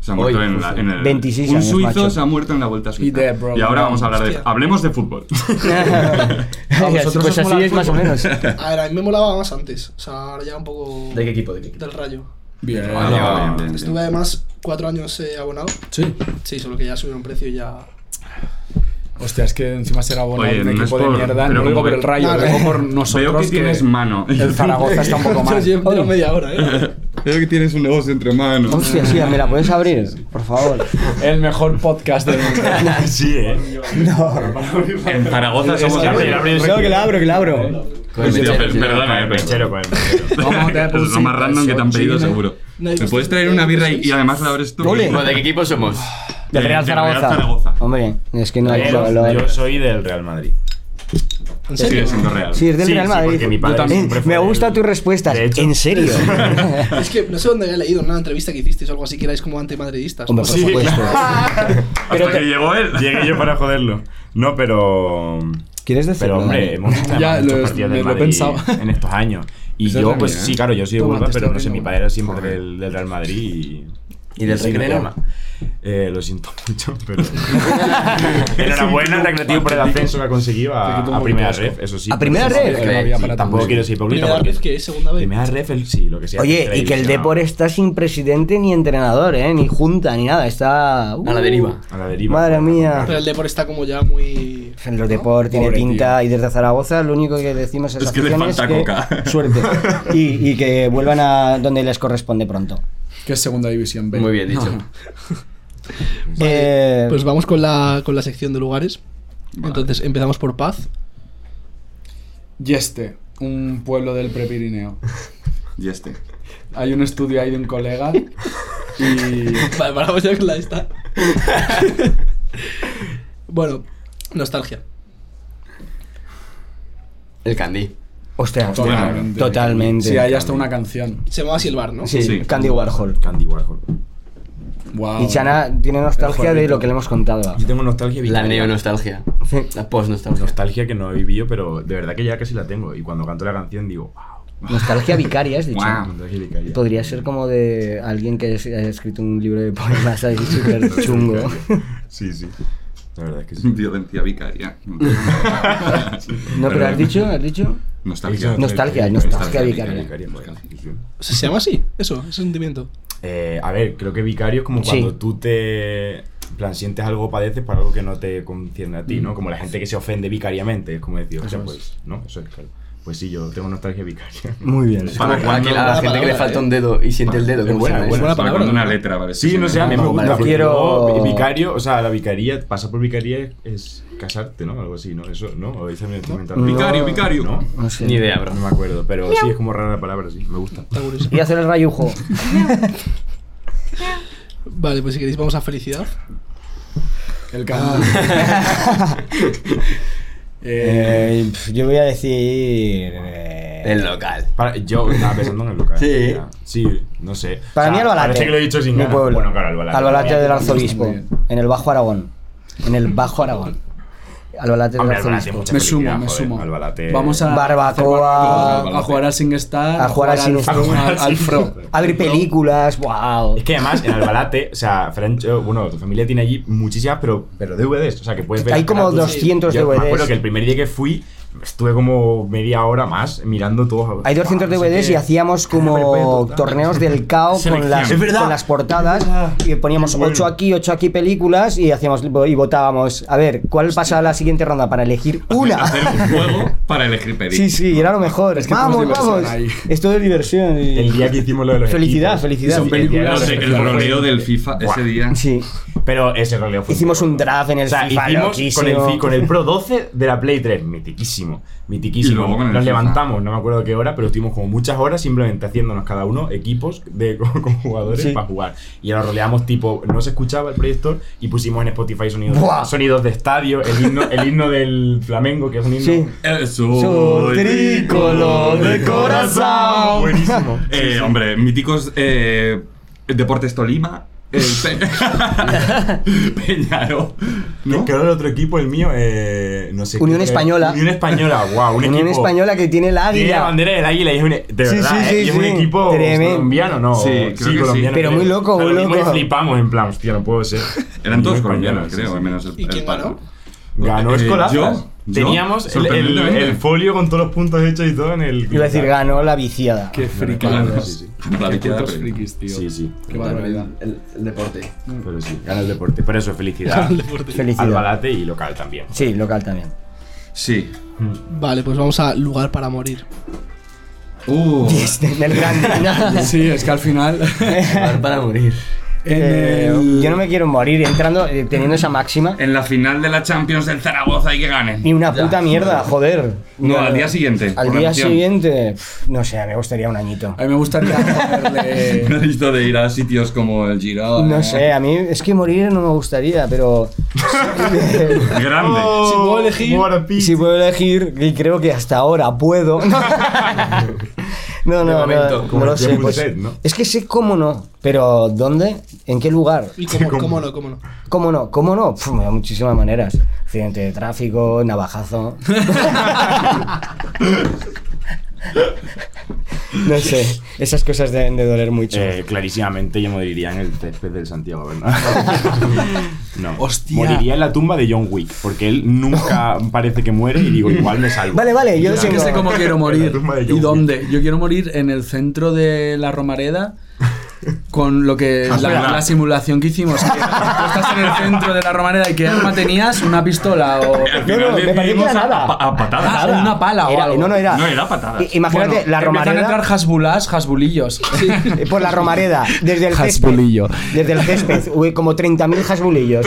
[SPEAKER 4] Se ha muerto
[SPEAKER 7] Oye,
[SPEAKER 4] en, la,
[SPEAKER 7] justo.
[SPEAKER 4] en el.
[SPEAKER 5] 26
[SPEAKER 4] un
[SPEAKER 5] años,
[SPEAKER 4] suizo
[SPEAKER 5] macho.
[SPEAKER 4] se ha muerto en la vuelta a
[SPEAKER 6] Y
[SPEAKER 4] Suiza.
[SPEAKER 6] de broma,
[SPEAKER 4] Y ahora vamos a hablar de.
[SPEAKER 3] hostia.
[SPEAKER 4] Hablemos de fútbol.
[SPEAKER 6] vosotros
[SPEAKER 5] pues
[SPEAKER 6] os
[SPEAKER 5] así
[SPEAKER 6] mola el
[SPEAKER 5] es más o
[SPEAKER 6] fútbol.
[SPEAKER 5] menos.
[SPEAKER 3] A ver, a mí me molaba más antes. O sea, ahora ya un poco
[SPEAKER 7] ¿De qué equipo? ¿De qué equipo?
[SPEAKER 3] del rayo.
[SPEAKER 6] Bien.
[SPEAKER 4] Vale, vale, bien, bien, bien.
[SPEAKER 3] Estuve además cuatro años eh, abonado.
[SPEAKER 6] Sí.
[SPEAKER 3] Sí, solo que ya subieron precio y ya.
[SPEAKER 6] Hostia, es que encima será bueno
[SPEAKER 4] Oye,
[SPEAKER 6] un
[SPEAKER 4] no es
[SPEAKER 6] equipo
[SPEAKER 4] por-
[SPEAKER 6] de mierda.
[SPEAKER 4] pero
[SPEAKER 6] No lo digo
[SPEAKER 4] como
[SPEAKER 6] por
[SPEAKER 4] ve-
[SPEAKER 6] el rayo,
[SPEAKER 3] Vale.
[SPEAKER 6] lo digo por nosotros.
[SPEAKER 4] Veo que tienes mano.
[SPEAKER 6] El Zaragoza está un poco mal.
[SPEAKER 3] Yo llevo media hora, ¿eh?
[SPEAKER 4] Veo que tienes un negocio entre manos.
[SPEAKER 5] Hostia, sí, ¿me la puedes abrir? Por favor.
[SPEAKER 6] El mejor podcast del mundo.
[SPEAKER 8] Sí, eh.
[SPEAKER 4] En Zaragoza somos.
[SPEAKER 8] que abrir, abrir.
[SPEAKER 5] Claro que la abro, que la abro.
[SPEAKER 7] Con el
[SPEAKER 4] Hostia,
[SPEAKER 7] Mechero,
[SPEAKER 4] per-
[SPEAKER 7] sí.
[SPEAKER 4] perdona, eh, pero-
[SPEAKER 8] Mechero con el mechero.
[SPEAKER 6] Vamos a
[SPEAKER 4] Eso es lo más random que te han pedido, seguro.
[SPEAKER 3] No hay
[SPEAKER 4] ¿Me puedes
[SPEAKER 3] bastante-
[SPEAKER 4] traer una birra y, y además la abres tú?
[SPEAKER 5] Ole.
[SPEAKER 7] Bueno, ¿de qué equipo somos?
[SPEAKER 5] Del Real Zaragoza. Hombre, es que no hay lo- lo-
[SPEAKER 8] Yo soy del Real Madrid.
[SPEAKER 3] ¿En
[SPEAKER 4] Sigue
[SPEAKER 3] serio?
[SPEAKER 4] siendo real.
[SPEAKER 5] Sí, es del
[SPEAKER 8] Sí,
[SPEAKER 5] Real
[SPEAKER 8] sí,
[SPEAKER 5] Madrid.
[SPEAKER 8] porque mi padre
[SPEAKER 5] Yo también.
[SPEAKER 8] siempre fue
[SPEAKER 5] Me
[SPEAKER 8] del-
[SPEAKER 5] gustan tus respuestas.
[SPEAKER 8] De hecho.
[SPEAKER 5] ¿En serio?
[SPEAKER 3] Es que no sé dónde había leído en una entrevista que hicisteis o algo así que erais como antimadridistas.
[SPEAKER 5] Hombre,
[SPEAKER 7] pues
[SPEAKER 5] por
[SPEAKER 3] Sí.
[SPEAKER 5] supuesto.
[SPEAKER 4] Hasta que llegó él.
[SPEAKER 8] Llegué yo para joderlo. No, pero.
[SPEAKER 5] ¿Quieres decirlo?
[SPEAKER 8] Pero, hombre, hemos visto
[SPEAKER 6] Ya,
[SPEAKER 8] además muchos
[SPEAKER 6] lo-
[SPEAKER 8] partidos
[SPEAKER 6] me
[SPEAKER 8] del
[SPEAKER 6] lo he
[SPEAKER 8] Madrid
[SPEAKER 6] pensado.
[SPEAKER 8] en estos años. Y
[SPEAKER 6] Eso
[SPEAKER 8] yo,
[SPEAKER 6] también,
[SPEAKER 8] pues
[SPEAKER 6] ¿eh?
[SPEAKER 8] sí, claro, yo soy de
[SPEAKER 6] Toma,
[SPEAKER 8] Huelva,
[SPEAKER 6] te
[SPEAKER 8] pero
[SPEAKER 6] estoy
[SPEAKER 8] no sé, mi
[SPEAKER 6] abriendo.
[SPEAKER 8] padre era siempre del, del Real Madrid y.
[SPEAKER 7] ¿Y del Recreo?
[SPEAKER 8] Eh, lo siento mucho, pero. Enhorabuena al recreativo por el ascenso que ha conseguido
[SPEAKER 6] Te
[SPEAKER 8] a,
[SPEAKER 6] quito un
[SPEAKER 8] a
[SPEAKER 6] poco
[SPEAKER 8] Primera
[SPEAKER 6] el casco.
[SPEAKER 8] Ref, eso sí.
[SPEAKER 5] ¿A Primera
[SPEAKER 8] Pero
[SPEAKER 5] Ref?
[SPEAKER 8] es que no
[SPEAKER 7] Sí,
[SPEAKER 8] había para
[SPEAKER 7] sí,
[SPEAKER 8] Tampoco
[SPEAKER 7] sí.
[SPEAKER 8] quiero ser hipócrita
[SPEAKER 3] Primera
[SPEAKER 8] porque.
[SPEAKER 3] vez que es segunda vez.
[SPEAKER 8] Primera Ref, el- sí, lo que sea.
[SPEAKER 5] Oye,
[SPEAKER 8] tercera
[SPEAKER 5] y que el
[SPEAKER 8] división,
[SPEAKER 5] Depor
[SPEAKER 8] no.
[SPEAKER 5] está sin presidente ni entrenador, ¿eh? Ni junta, ni nada. Está... uh,
[SPEAKER 7] A la deriva.
[SPEAKER 8] A la deriva.
[SPEAKER 5] Madre mía.
[SPEAKER 3] Pero el Depor está como ya muy.
[SPEAKER 5] En los deportes tiene
[SPEAKER 6] Pobre
[SPEAKER 5] pinta y desde Zaragoza lo único que decimos es,
[SPEAKER 4] Es que le falta coca.
[SPEAKER 5] suerte y, y que vuelvan a donde les corresponde pronto.
[SPEAKER 6] Que es segunda división B.
[SPEAKER 7] Muy bien dicho.
[SPEAKER 5] Eh,
[SPEAKER 3] Pues vamos con la, con la sección de lugares. Entonces empezamos por Paz.
[SPEAKER 6] Yeste, un pueblo del Prepirineo.
[SPEAKER 4] Y este.
[SPEAKER 6] Hay un estudio ahí de un colega y
[SPEAKER 3] Vale, paramos ya con la esta. bueno, nostalgia.
[SPEAKER 7] El Candy.
[SPEAKER 5] ostras,
[SPEAKER 6] Totalmente.
[SPEAKER 5] totalmente.
[SPEAKER 6] sí, hay hasta una canción.
[SPEAKER 3] Se llamaba así el bar, ¿no?
[SPEAKER 5] Sí,
[SPEAKER 4] Sí.
[SPEAKER 5] Candy Warhol.
[SPEAKER 8] Candy Warhol.
[SPEAKER 6] Wow.
[SPEAKER 5] Y Chana tiene nostalgia de lo que le hemos contado.
[SPEAKER 8] Yo tengo nostalgia
[SPEAKER 7] La
[SPEAKER 8] vicaria.
[SPEAKER 7] neonostalgia. La post-nostalgia.
[SPEAKER 8] Nostalgia que no he vivido, pero de verdad que ya casi la tengo. Y cuando canto la canción digo, wow.
[SPEAKER 5] Nostalgia vicaria, has dicho.
[SPEAKER 4] Guau.
[SPEAKER 8] nostalgia vicaria.
[SPEAKER 5] Ah. Podría ser como de alguien que es- haya escrito un libro de poemas ahí súper
[SPEAKER 8] Nostalgia
[SPEAKER 5] chungo.
[SPEAKER 8] vicaria. Sí, sí. La verdad es que sí.
[SPEAKER 4] Violencia vicaria.
[SPEAKER 5] No, pero has dicho, has dicho.
[SPEAKER 4] Nostalgia.
[SPEAKER 5] Nostalgia, nostalgia vicaria.
[SPEAKER 3] O sea, Se llama así, eso, ese sentimiento.
[SPEAKER 8] Eh, a ver, creo que vicario es como
[SPEAKER 5] Sí.
[SPEAKER 8] cuando tú te. en plan, sientes algo o padeces para algo que no te concierne a
[SPEAKER 5] Mm.
[SPEAKER 8] ti, ¿no? Como la gente que se ofende vicariamente. Es como decir, o sea, pues, ¿no? Eso es claro. Pues sí, yo tengo nostalgia vicaria.
[SPEAKER 5] Muy bien.
[SPEAKER 4] Para
[SPEAKER 7] Como
[SPEAKER 4] cuando-
[SPEAKER 7] aquel- a la gente que le falta un dedo y siente el dedo. ¿eh?
[SPEAKER 8] Es
[SPEAKER 7] ¿cómo se
[SPEAKER 8] buena,
[SPEAKER 7] llama
[SPEAKER 8] es
[SPEAKER 7] eso?
[SPEAKER 4] Para
[SPEAKER 8] buena
[SPEAKER 3] palabra,
[SPEAKER 4] cuando una
[SPEAKER 3] ¿no?
[SPEAKER 4] letra, ¿vale?
[SPEAKER 8] Sí, no sé, a mí me
[SPEAKER 5] No,
[SPEAKER 8] gusta.
[SPEAKER 5] vale,
[SPEAKER 8] porque
[SPEAKER 5] quiero-
[SPEAKER 8] luego Vicario, o sea, la vicaría, pasar por vicaría es, es casarte, ¿no? Algo así, ¿no? Eso, ¿no? O dice mi mental.
[SPEAKER 4] Vicario, vicario.
[SPEAKER 8] ¿No?
[SPEAKER 5] No sé.
[SPEAKER 7] Ni idea, bro.
[SPEAKER 8] No me acuerdo, pero sí es como rara la palabra, sí, me gusta.
[SPEAKER 3] Está buenísimo.
[SPEAKER 5] Y hacer el rayujo.
[SPEAKER 3] Vale, pues si queréis vamos a felicidad.
[SPEAKER 6] El Candy.
[SPEAKER 5] Ah.
[SPEAKER 6] Eh,
[SPEAKER 5] Eh, pf, yo voy a decir. eh,
[SPEAKER 7] El local.
[SPEAKER 8] Para- yo estaba pensando en el local.
[SPEAKER 7] Sí.
[SPEAKER 8] ya. Sí, no sé.
[SPEAKER 5] Para mí, Albalate.
[SPEAKER 8] Parece que lo he dicho sin
[SPEAKER 5] mi
[SPEAKER 8] ganas.
[SPEAKER 5] pueblo.
[SPEAKER 8] Bueno, claro, Albalate.
[SPEAKER 5] Albalate del
[SPEAKER 8] Albalate.
[SPEAKER 5] arzobispo.
[SPEAKER 6] Está muy bien.
[SPEAKER 5] En el Bajo Aragón. En el Bajo Aragón. Albalate de
[SPEAKER 8] Hombre, Albalate,
[SPEAKER 5] Arzobispo.
[SPEAKER 8] mucha
[SPEAKER 6] Me
[SPEAKER 8] felicidad,
[SPEAKER 6] sumo, me
[SPEAKER 8] joder,
[SPEAKER 6] sumo.
[SPEAKER 8] Albalate.
[SPEAKER 6] Vamos a
[SPEAKER 5] Barbacoa,
[SPEAKER 6] hacer barbacoa, a jugar al SingStar,
[SPEAKER 5] A jugar al SingStar.
[SPEAKER 6] al, al,
[SPEAKER 8] Sí.
[SPEAKER 6] Fro.
[SPEAKER 5] A ver películas, wow.
[SPEAKER 8] Es que además en Albalate, o sea, Francho, bueno, tu familia tiene allí muchísimas, pero, pero DVDs, o sea, que puedes ver.
[SPEAKER 5] Hay como
[SPEAKER 8] carátulas.
[SPEAKER 5] 200
[SPEAKER 8] Yo
[SPEAKER 5] DVDs.
[SPEAKER 8] Me acuerdo que el primer día que fui estuve como media hora más mirando todos.
[SPEAKER 5] Hay 200
[SPEAKER 8] Guau, no sé
[SPEAKER 5] DVDs
[SPEAKER 8] qué.
[SPEAKER 5] y hacíamos como
[SPEAKER 8] Perpetua,
[SPEAKER 5] torneos del caos con
[SPEAKER 4] Selección.
[SPEAKER 5] las,
[SPEAKER 4] Es
[SPEAKER 5] con las portadas y poníamos
[SPEAKER 8] Qué bueno.
[SPEAKER 5] 8 aquí, 8 aquí películas y hacíamos y votábamos a ver cuál pasa a la siguiente ronda para elegir una.
[SPEAKER 4] Hacer un juego para elegir peli.
[SPEAKER 5] Sí, sí, era lo mejor.
[SPEAKER 6] Es que
[SPEAKER 5] vamos,
[SPEAKER 6] tenemos diversión
[SPEAKER 5] vamos.
[SPEAKER 6] ahí.
[SPEAKER 5] Es todo diversión. y-
[SPEAKER 8] El día que hicimos lo de los
[SPEAKER 5] Felicidad,
[SPEAKER 8] equipos.
[SPEAKER 5] felicidad.
[SPEAKER 8] Sí,
[SPEAKER 6] Son
[SPEAKER 8] el día de
[SPEAKER 4] No
[SPEAKER 8] los
[SPEAKER 4] sé, el
[SPEAKER 8] equipos.
[SPEAKER 4] roleo del FIFA ese día.
[SPEAKER 5] Sí.
[SPEAKER 8] Pero ese roleo fue.
[SPEAKER 5] Hicimos un draft en el
[SPEAKER 8] O sea,
[SPEAKER 5] FIFA
[SPEAKER 8] hicimos
[SPEAKER 5] loquísimo.
[SPEAKER 8] con el, fi- con el Pro 12 de la Play 3, mitiquísimo, mitiquísimo.
[SPEAKER 4] Y luego con el
[SPEAKER 8] Nos
[SPEAKER 4] FIFA.
[SPEAKER 8] levantamos, no me acuerdo qué hora, pero estuvimos como muchas horas simplemente haciéndonos cada uno equipos de, con, con jugadores
[SPEAKER 5] Sí.
[SPEAKER 8] para jugar. Y nos roleamos tipo, no se escuchaba el proyector y pusimos en Spotify sonidos,
[SPEAKER 5] Buah.
[SPEAKER 8] sonidos de estadio, el himno, el himno del Flamengo, que es un himno.
[SPEAKER 5] Sí.
[SPEAKER 4] Eh,
[SPEAKER 5] Soy
[SPEAKER 4] Soy
[SPEAKER 5] tricolor de corazón.
[SPEAKER 4] Buenísimo. Eh, Hombre, míticos eh, Deportes Tolima. El Pe- Peñarol. ¿no?
[SPEAKER 8] Que era el otro equipo, el mío, eh, no sé.
[SPEAKER 5] Unión
[SPEAKER 8] qué-
[SPEAKER 5] Española.
[SPEAKER 8] Unión Española, wow. Un
[SPEAKER 5] Unión
[SPEAKER 8] equipo-
[SPEAKER 5] Española que tiene el
[SPEAKER 8] Tiene la
[SPEAKER 5] águila.
[SPEAKER 8] bandera del águila y es un, de verdad,
[SPEAKER 5] sí, sí,
[SPEAKER 8] ¿eh? Y es un
[SPEAKER 5] sí.
[SPEAKER 8] equipo
[SPEAKER 5] Tremendo.
[SPEAKER 8] colombiano, ¿no?
[SPEAKER 4] Sí, creo que sí.
[SPEAKER 5] Pero
[SPEAKER 8] creo.
[SPEAKER 5] muy loco,
[SPEAKER 8] O sea,
[SPEAKER 5] muy
[SPEAKER 8] lo mismo
[SPEAKER 5] loco.
[SPEAKER 8] y flipamos en plan, hostia, no puedo ser.
[SPEAKER 4] Eran todos
[SPEAKER 8] Unión
[SPEAKER 4] colombianos, creo,
[SPEAKER 8] Española, sí, sí.
[SPEAKER 4] al menos el,
[SPEAKER 3] ¿Y quién
[SPEAKER 4] el
[SPEAKER 3] ganó?
[SPEAKER 8] Ganó
[SPEAKER 4] Eh,
[SPEAKER 8] Escolazas.
[SPEAKER 4] yo, yo,
[SPEAKER 8] Teníamos el, el,
[SPEAKER 4] sorprendentemente.
[SPEAKER 8] el folio con todos los puntos hechos y todo en el.
[SPEAKER 5] Iba a decir, ganó la viciada.
[SPEAKER 6] Qué
[SPEAKER 4] Claro,
[SPEAKER 6] fricadas.
[SPEAKER 4] sí, sí. La
[SPEAKER 6] Qué
[SPEAKER 4] viciada,
[SPEAKER 6] putos
[SPEAKER 4] pero-
[SPEAKER 6] frikis, tío.
[SPEAKER 8] Sí, sí.
[SPEAKER 6] Qué barbaridad.
[SPEAKER 7] El, el deporte.
[SPEAKER 8] Pero sí, gana el deporte. Pero eso, felicidad.
[SPEAKER 5] Pues Felicidad.
[SPEAKER 8] Albalate y local también.
[SPEAKER 5] Sí, local también.
[SPEAKER 4] Sí.
[SPEAKER 3] Vale, pues vamos a Lugar para Morir.
[SPEAKER 4] Uh,
[SPEAKER 5] Yes, este, en el grande.
[SPEAKER 6] Sí, es que al final.
[SPEAKER 7] Jugar para morir.
[SPEAKER 6] en
[SPEAKER 5] Eh,
[SPEAKER 6] el-
[SPEAKER 5] Yo no me quiero morir entrando, eh, teniendo esa máxima.
[SPEAKER 4] en la final de la Champions del Zaragoza y que ganen.
[SPEAKER 5] Ni una puta mierda, joder.
[SPEAKER 4] No, al día siguiente.
[SPEAKER 5] Al
[SPEAKER 4] por
[SPEAKER 5] día
[SPEAKER 4] opción.
[SPEAKER 5] siguiente, pf, no sé, me gustaría un añito.
[SPEAKER 6] A mí me gustaría ponerle.
[SPEAKER 4] No he visto de ir a sitios como el Girona. eh.
[SPEAKER 5] No eh. sé, a mí es que morir no me gustaría, pero
[SPEAKER 4] Grande.
[SPEAKER 8] Oh,
[SPEAKER 3] Si puedo elegir-
[SPEAKER 8] what a
[SPEAKER 5] Y
[SPEAKER 8] pity.
[SPEAKER 5] si puedo elegir, y creo que hasta ahora puedo. No, no, no,
[SPEAKER 7] momento,
[SPEAKER 5] no
[SPEAKER 8] como
[SPEAKER 5] lo
[SPEAKER 8] el
[SPEAKER 5] sé.
[SPEAKER 8] tiempo
[SPEAKER 5] pues,
[SPEAKER 8] set, ¿no?
[SPEAKER 5] Es que sé cómo no, pero ¿dónde? ¿En qué lugar?
[SPEAKER 3] ¿Y cómo, cómo no? ¿Cómo no?
[SPEAKER 5] ¿Cómo no? ¿Cómo no? Pf, me da muchísimas maneras. Accidente de tráfico, navajazo. no sé, esas cosas deben de doler mucho.
[SPEAKER 8] Eh, clarísimamente yo moriría en el césped del Santiago Bernabéu. no.
[SPEAKER 6] Hostia.
[SPEAKER 8] Moriría en la tumba de John Wick, porque él nunca parece que muere y digo, igual me salvo.
[SPEAKER 5] Vale, vale, yo
[SPEAKER 6] Yo
[SPEAKER 5] lo
[SPEAKER 6] es que sé cómo quiero
[SPEAKER 8] La
[SPEAKER 6] morir.
[SPEAKER 8] tumba de John
[SPEAKER 6] ¿Y
[SPEAKER 8] Wick.
[SPEAKER 6] dónde? Yo quiero morir en el centro de la Romareda. Con lo que. La,
[SPEAKER 4] Espera.
[SPEAKER 6] la simulación que hicimos. que tú estás en el centro de la Romareda y qué arma tenías, una pistola o.
[SPEAKER 4] Eh, Al
[SPEAKER 5] No,
[SPEAKER 4] final
[SPEAKER 5] no, me
[SPEAKER 4] decidimos
[SPEAKER 5] parecía
[SPEAKER 4] a,
[SPEAKER 5] nada.
[SPEAKER 4] pa- a patadas.
[SPEAKER 6] Ah, una pala o
[SPEAKER 5] Era-
[SPEAKER 6] algo.
[SPEAKER 5] No, no era.
[SPEAKER 4] No, era patadas.
[SPEAKER 5] I- Imagínate,
[SPEAKER 6] Bueno,
[SPEAKER 5] la
[SPEAKER 6] empiezan a
[SPEAKER 5] Romareda.
[SPEAKER 6] entrar jasbulás, jasbulillos.
[SPEAKER 5] Eh, Por la Romareda, desde el césped.
[SPEAKER 6] Hasbulillo.
[SPEAKER 5] Desde el césped, hubo como 30.000 hasbulillos.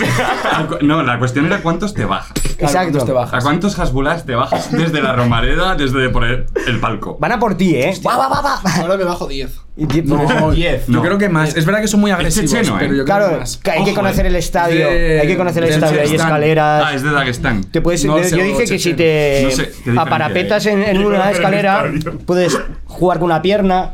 [SPEAKER 4] La cu- No, la cuestión era cuántos te bajas.
[SPEAKER 5] Exacto.
[SPEAKER 6] Te
[SPEAKER 4] ¿A
[SPEAKER 6] bajas.
[SPEAKER 4] cuántos hasbulás te bajas desde la Romareda, desde por el, el palco?
[SPEAKER 5] Van a por ti, ¿eh? Va, va, va, va.
[SPEAKER 3] Ahora me bajo 10.
[SPEAKER 5] Y ti-
[SPEAKER 6] No,
[SPEAKER 8] Diez,
[SPEAKER 6] yo
[SPEAKER 4] no.
[SPEAKER 6] creo que más. Es verdad que son muy agresivos,
[SPEAKER 4] checheno, ¿eh?
[SPEAKER 6] pero yo creo que
[SPEAKER 5] Claro,
[SPEAKER 6] más.
[SPEAKER 5] que hay que
[SPEAKER 4] Ojo,
[SPEAKER 5] conocer
[SPEAKER 4] eh.
[SPEAKER 5] el estadio.
[SPEAKER 6] De-
[SPEAKER 5] Hay que conocer el
[SPEAKER 6] del
[SPEAKER 5] estadio. Hay
[SPEAKER 6] Chechestán.
[SPEAKER 4] Ah,
[SPEAKER 5] escaleras.
[SPEAKER 4] es de Dagestán.
[SPEAKER 5] Te puedes,
[SPEAKER 6] No
[SPEAKER 5] yo-
[SPEAKER 6] sé,
[SPEAKER 5] yo dije que
[SPEAKER 6] Checheno.
[SPEAKER 5] si te
[SPEAKER 4] No sé, ¿qué diferencia
[SPEAKER 5] aparapetas en, en
[SPEAKER 8] Hay que
[SPEAKER 5] una
[SPEAKER 8] conocer el
[SPEAKER 5] escalera,
[SPEAKER 8] estadio.
[SPEAKER 5] puedes jugar con una pierna.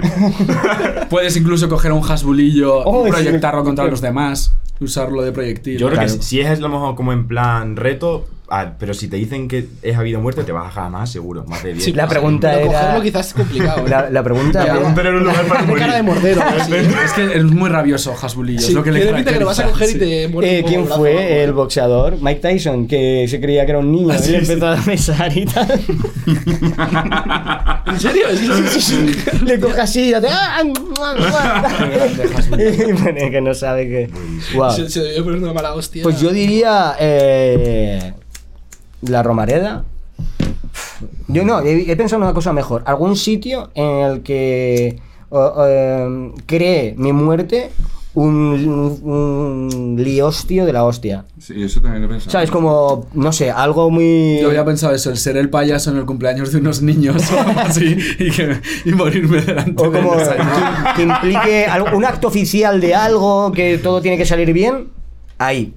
[SPEAKER 6] Puedes incluso coger un hasbulillo,
[SPEAKER 5] Oh, sí.
[SPEAKER 6] proyectarlo contra los demás, usarlo de proyectil.
[SPEAKER 8] Yo creo
[SPEAKER 5] Claro.
[SPEAKER 8] que si es a lo mejor como en plan reto, ah, pero si te dicen que es a vida o muerte, te vas a más seguro, más de 10.
[SPEAKER 3] Sí,
[SPEAKER 5] La pregunta
[SPEAKER 3] Pero
[SPEAKER 5] era.
[SPEAKER 3] cogerlo quizás es complicado, ¿eh?
[SPEAKER 5] La, la pregunta
[SPEAKER 3] La
[SPEAKER 5] era.
[SPEAKER 8] Pero era un lugar para
[SPEAKER 3] Tiene
[SPEAKER 8] morir.
[SPEAKER 3] cara de mordero. sí.
[SPEAKER 6] Es que es muy rabioso Hasbulillo.
[SPEAKER 3] Sí,
[SPEAKER 6] es lo que le
[SPEAKER 3] tiene pinta que lo vas a
[SPEAKER 6] caracteriza,
[SPEAKER 3] coger
[SPEAKER 6] sí.
[SPEAKER 3] y te muere
[SPEAKER 5] eh, ¿Quién fue el boxeador? Mike Tyson, que se creía que era un niño y le empezó a besar y tal.
[SPEAKER 3] ¿En serio? Es que sí, sí.
[SPEAKER 5] Le coge así y hace. ¡Ah! ¡Mua, mua! Y pone que no sabe que. Guau.
[SPEAKER 3] Se, se debió poner una mala hostia.
[SPEAKER 5] Ah. Pues yo diría. eh, la Romareda. Yo no, he, he pensado en una cosa mejor. Algún sitio en el que o- em, cree mi muerte un, un liostio de la hostia.
[SPEAKER 4] Sí, eso también lo he pensado.
[SPEAKER 5] ¿Sabes? Como, no sé, algo muy.
[SPEAKER 6] Yo había pensado eso, el ser el payaso en el cumpleaños de unos niños o algo así y, que- y morirme delante
[SPEAKER 5] O como
[SPEAKER 6] de
[SPEAKER 5] que,
[SPEAKER 6] ellos ahí.
[SPEAKER 5] que implique algo- un acto oficial de algo, que todo tiene que salir bien, ahí.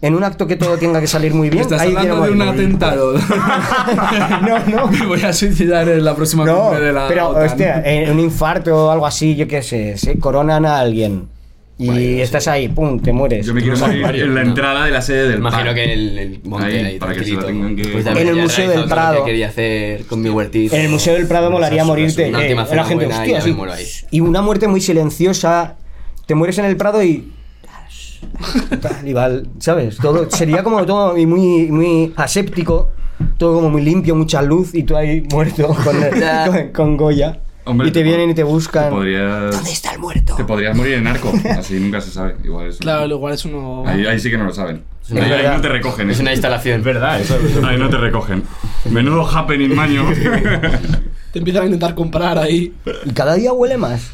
[SPEAKER 5] En un acto que todo tenga que salir muy bien,
[SPEAKER 6] Estás
[SPEAKER 5] ahí
[SPEAKER 6] hablando de
[SPEAKER 5] quiero
[SPEAKER 6] un
[SPEAKER 5] morir.
[SPEAKER 6] atentado.
[SPEAKER 5] No, no.
[SPEAKER 6] Me voy a suicidar en la próxima
[SPEAKER 5] No,
[SPEAKER 6] cumbre de la
[SPEAKER 5] pero eh.
[SPEAKER 6] OTAN.
[SPEAKER 5] hostia, en un infarto o algo así, yo qué sé, se coronan a alguien. Y estás ahí, pum, te mueres.
[SPEAKER 4] Yo me quiero morir
[SPEAKER 7] Mario,
[SPEAKER 4] en la
[SPEAKER 7] no.
[SPEAKER 4] entrada de la sede del
[SPEAKER 7] Imagino
[SPEAKER 4] parque.
[SPEAKER 7] que en el, el monte
[SPEAKER 4] Ahí,
[SPEAKER 7] ahí,
[SPEAKER 4] para que se lo
[SPEAKER 7] tranquilito.
[SPEAKER 4] tengan que-
[SPEAKER 7] Pues ya
[SPEAKER 5] En el
[SPEAKER 7] había
[SPEAKER 5] Museo del
[SPEAKER 7] realizado todo lo
[SPEAKER 5] Prado.
[SPEAKER 7] Que quería hacer con mi huertito.
[SPEAKER 5] En el Museo del Prado molaría
[SPEAKER 7] Una
[SPEAKER 5] morirte.
[SPEAKER 7] última
[SPEAKER 5] eh,
[SPEAKER 7] cena
[SPEAKER 5] la gente,
[SPEAKER 7] buena y
[SPEAKER 5] hostia,
[SPEAKER 7] ya me
[SPEAKER 5] sí.
[SPEAKER 7] muero ahí.
[SPEAKER 5] Y una muerte muy silenciosa. Te mueres en el Prado y. tal, Y va al- ¿sabes? Todo sería como todo y muy, muy aséptico, todo como muy limpio, mucha luz y tú ahí muerto con,
[SPEAKER 7] Ya.
[SPEAKER 5] con, con Goya.
[SPEAKER 4] Hombre,
[SPEAKER 5] y te
[SPEAKER 4] te-
[SPEAKER 5] vienen y te
[SPEAKER 4] Te
[SPEAKER 5] buscan. ¿Dónde
[SPEAKER 4] podrías,
[SPEAKER 5] está el muerto?
[SPEAKER 4] te podrías morir en arco. Así nunca se sabe. Igual es un-
[SPEAKER 3] Claro, igual es uno.
[SPEAKER 4] Ahí, ahí sí que no lo saben.
[SPEAKER 7] Es
[SPEAKER 4] Ahí,
[SPEAKER 7] una-
[SPEAKER 4] ahí no te recogen.
[SPEAKER 7] Es
[SPEAKER 4] ¿eh?
[SPEAKER 7] una instalación.
[SPEAKER 8] Es verdad, eso. eso-
[SPEAKER 4] Ahí no te recogen. Menudo happening, maño.
[SPEAKER 3] Te empiezan a intentar comprar ahí.
[SPEAKER 5] Y cada día huele más.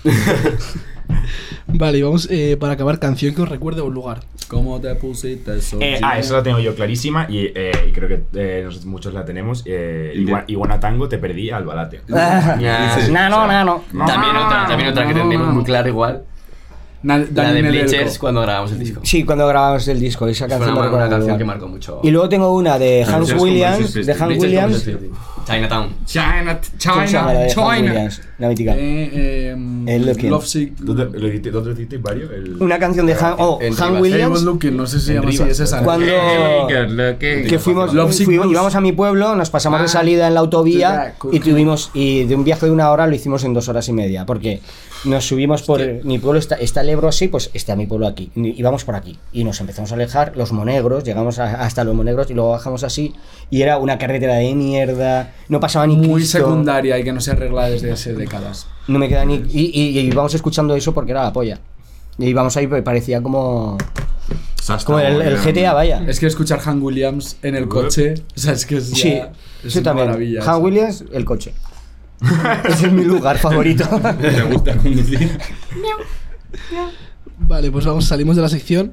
[SPEAKER 3] Vale, y vamos eh, para acabar canción que os recuerde a un lugar.
[SPEAKER 6] ¿Cómo te pusiste eso?
[SPEAKER 8] Eh, ah, eso la tengo yo clarísima y, eh, y creo que eh, nosotros muchos la tenemos. Eh,
[SPEAKER 4] ¿Y qué?
[SPEAKER 8] Igua- Iguana Tango te perdí al balate.
[SPEAKER 5] Ah.
[SPEAKER 7] Ya, sí.
[SPEAKER 5] no, no, no, no.
[SPEAKER 7] También otra, también otra que tenemos muy clara igual.
[SPEAKER 6] Na-
[SPEAKER 7] La
[SPEAKER 6] Dani
[SPEAKER 7] de
[SPEAKER 6] Nedelko.
[SPEAKER 7] Bleachers cuando grabamos el disco.
[SPEAKER 5] Sí, cuando grabamos el disco, esa
[SPEAKER 7] Fue
[SPEAKER 5] canción me
[SPEAKER 7] una, una
[SPEAKER 5] recuerda
[SPEAKER 7] canción
[SPEAKER 5] mucho.
[SPEAKER 7] que marcó mucho.
[SPEAKER 5] Y luego tengo una de Hans
[SPEAKER 4] Bleachers con
[SPEAKER 5] Williams,
[SPEAKER 4] Bruce
[SPEAKER 5] de
[SPEAKER 4] Springsteen.
[SPEAKER 5] Hans Williams.
[SPEAKER 7] Chinatown.
[SPEAKER 4] China,
[SPEAKER 5] ¿Cómo se llama la de
[SPEAKER 4] China,
[SPEAKER 5] Hans
[SPEAKER 4] China.
[SPEAKER 5] Williams? La mítica.
[SPEAKER 6] Eh, eh,
[SPEAKER 5] El Looking.
[SPEAKER 6] Love Sick.
[SPEAKER 8] ¿Tú te- lo hiciste- ¿Dónde lo hicisteis varios? El-
[SPEAKER 5] Una canción de Han, oh,
[SPEAKER 7] en
[SPEAKER 5] Han
[SPEAKER 7] Rivas.
[SPEAKER 6] Hey,
[SPEAKER 5] Williams.
[SPEAKER 6] Good Looking, no sé si se llama así,
[SPEAKER 8] Rivas.
[SPEAKER 6] es esa. ¿no?
[SPEAKER 5] Cuando- que
[SPEAKER 4] Que
[SPEAKER 5] fuimos,
[SPEAKER 6] Love Ah. Sick
[SPEAKER 5] fuimos-
[SPEAKER 6] Blues.
[SPEAKER 5] íbamos a mi pueblo, nos pasamos de salida en la autovía
[SPEAKER 6] Jack, cool.
[SPEAKER 5] y tuvimos y de un viaje de una hora lo hicimos en dos horas y media porque nos subimos por mi pueblo está, está el Ebro así, pues está mi pueblo aquí y íbamos por aquí y nos empezamos a alejar los Monegros, llegamos a- hasta los Monegros y luego bajamos así y era una carretera de mierda, no pasaba ni
[SPEAKER 6] Muy
[SPEAKER 5] Cristo,
[SPEAKER 6] secundaria y que no se arregla desde hace décadas.
[SPEAKER 5] no me queda ni y, y, y íbamos escuchando eso porque era la polla y íbamos ahí pues, parecía como como
[SPEAKER 4] Ah,
[SPEAKER 5] el, el GTA vaya
[SPEAKER 6] Es que escuchar Han Williams en el coche, o sea, es que es, ya-
[SPEAKER 5] Sí,
[SPEAKER 6] es
[SPEAKER 5] sí
[SPEAKER 6] una
[SPEAKER 5] también.
[SPEAKER 6] maravilla.
[SPEAKER 5] Han Williams, el coche. Ese es mi lugar favorito.
[SPEAKER 4] ¿Te gusta conducir?
[SPEAKER 3] Vale, pues vamos, salimos de la sección.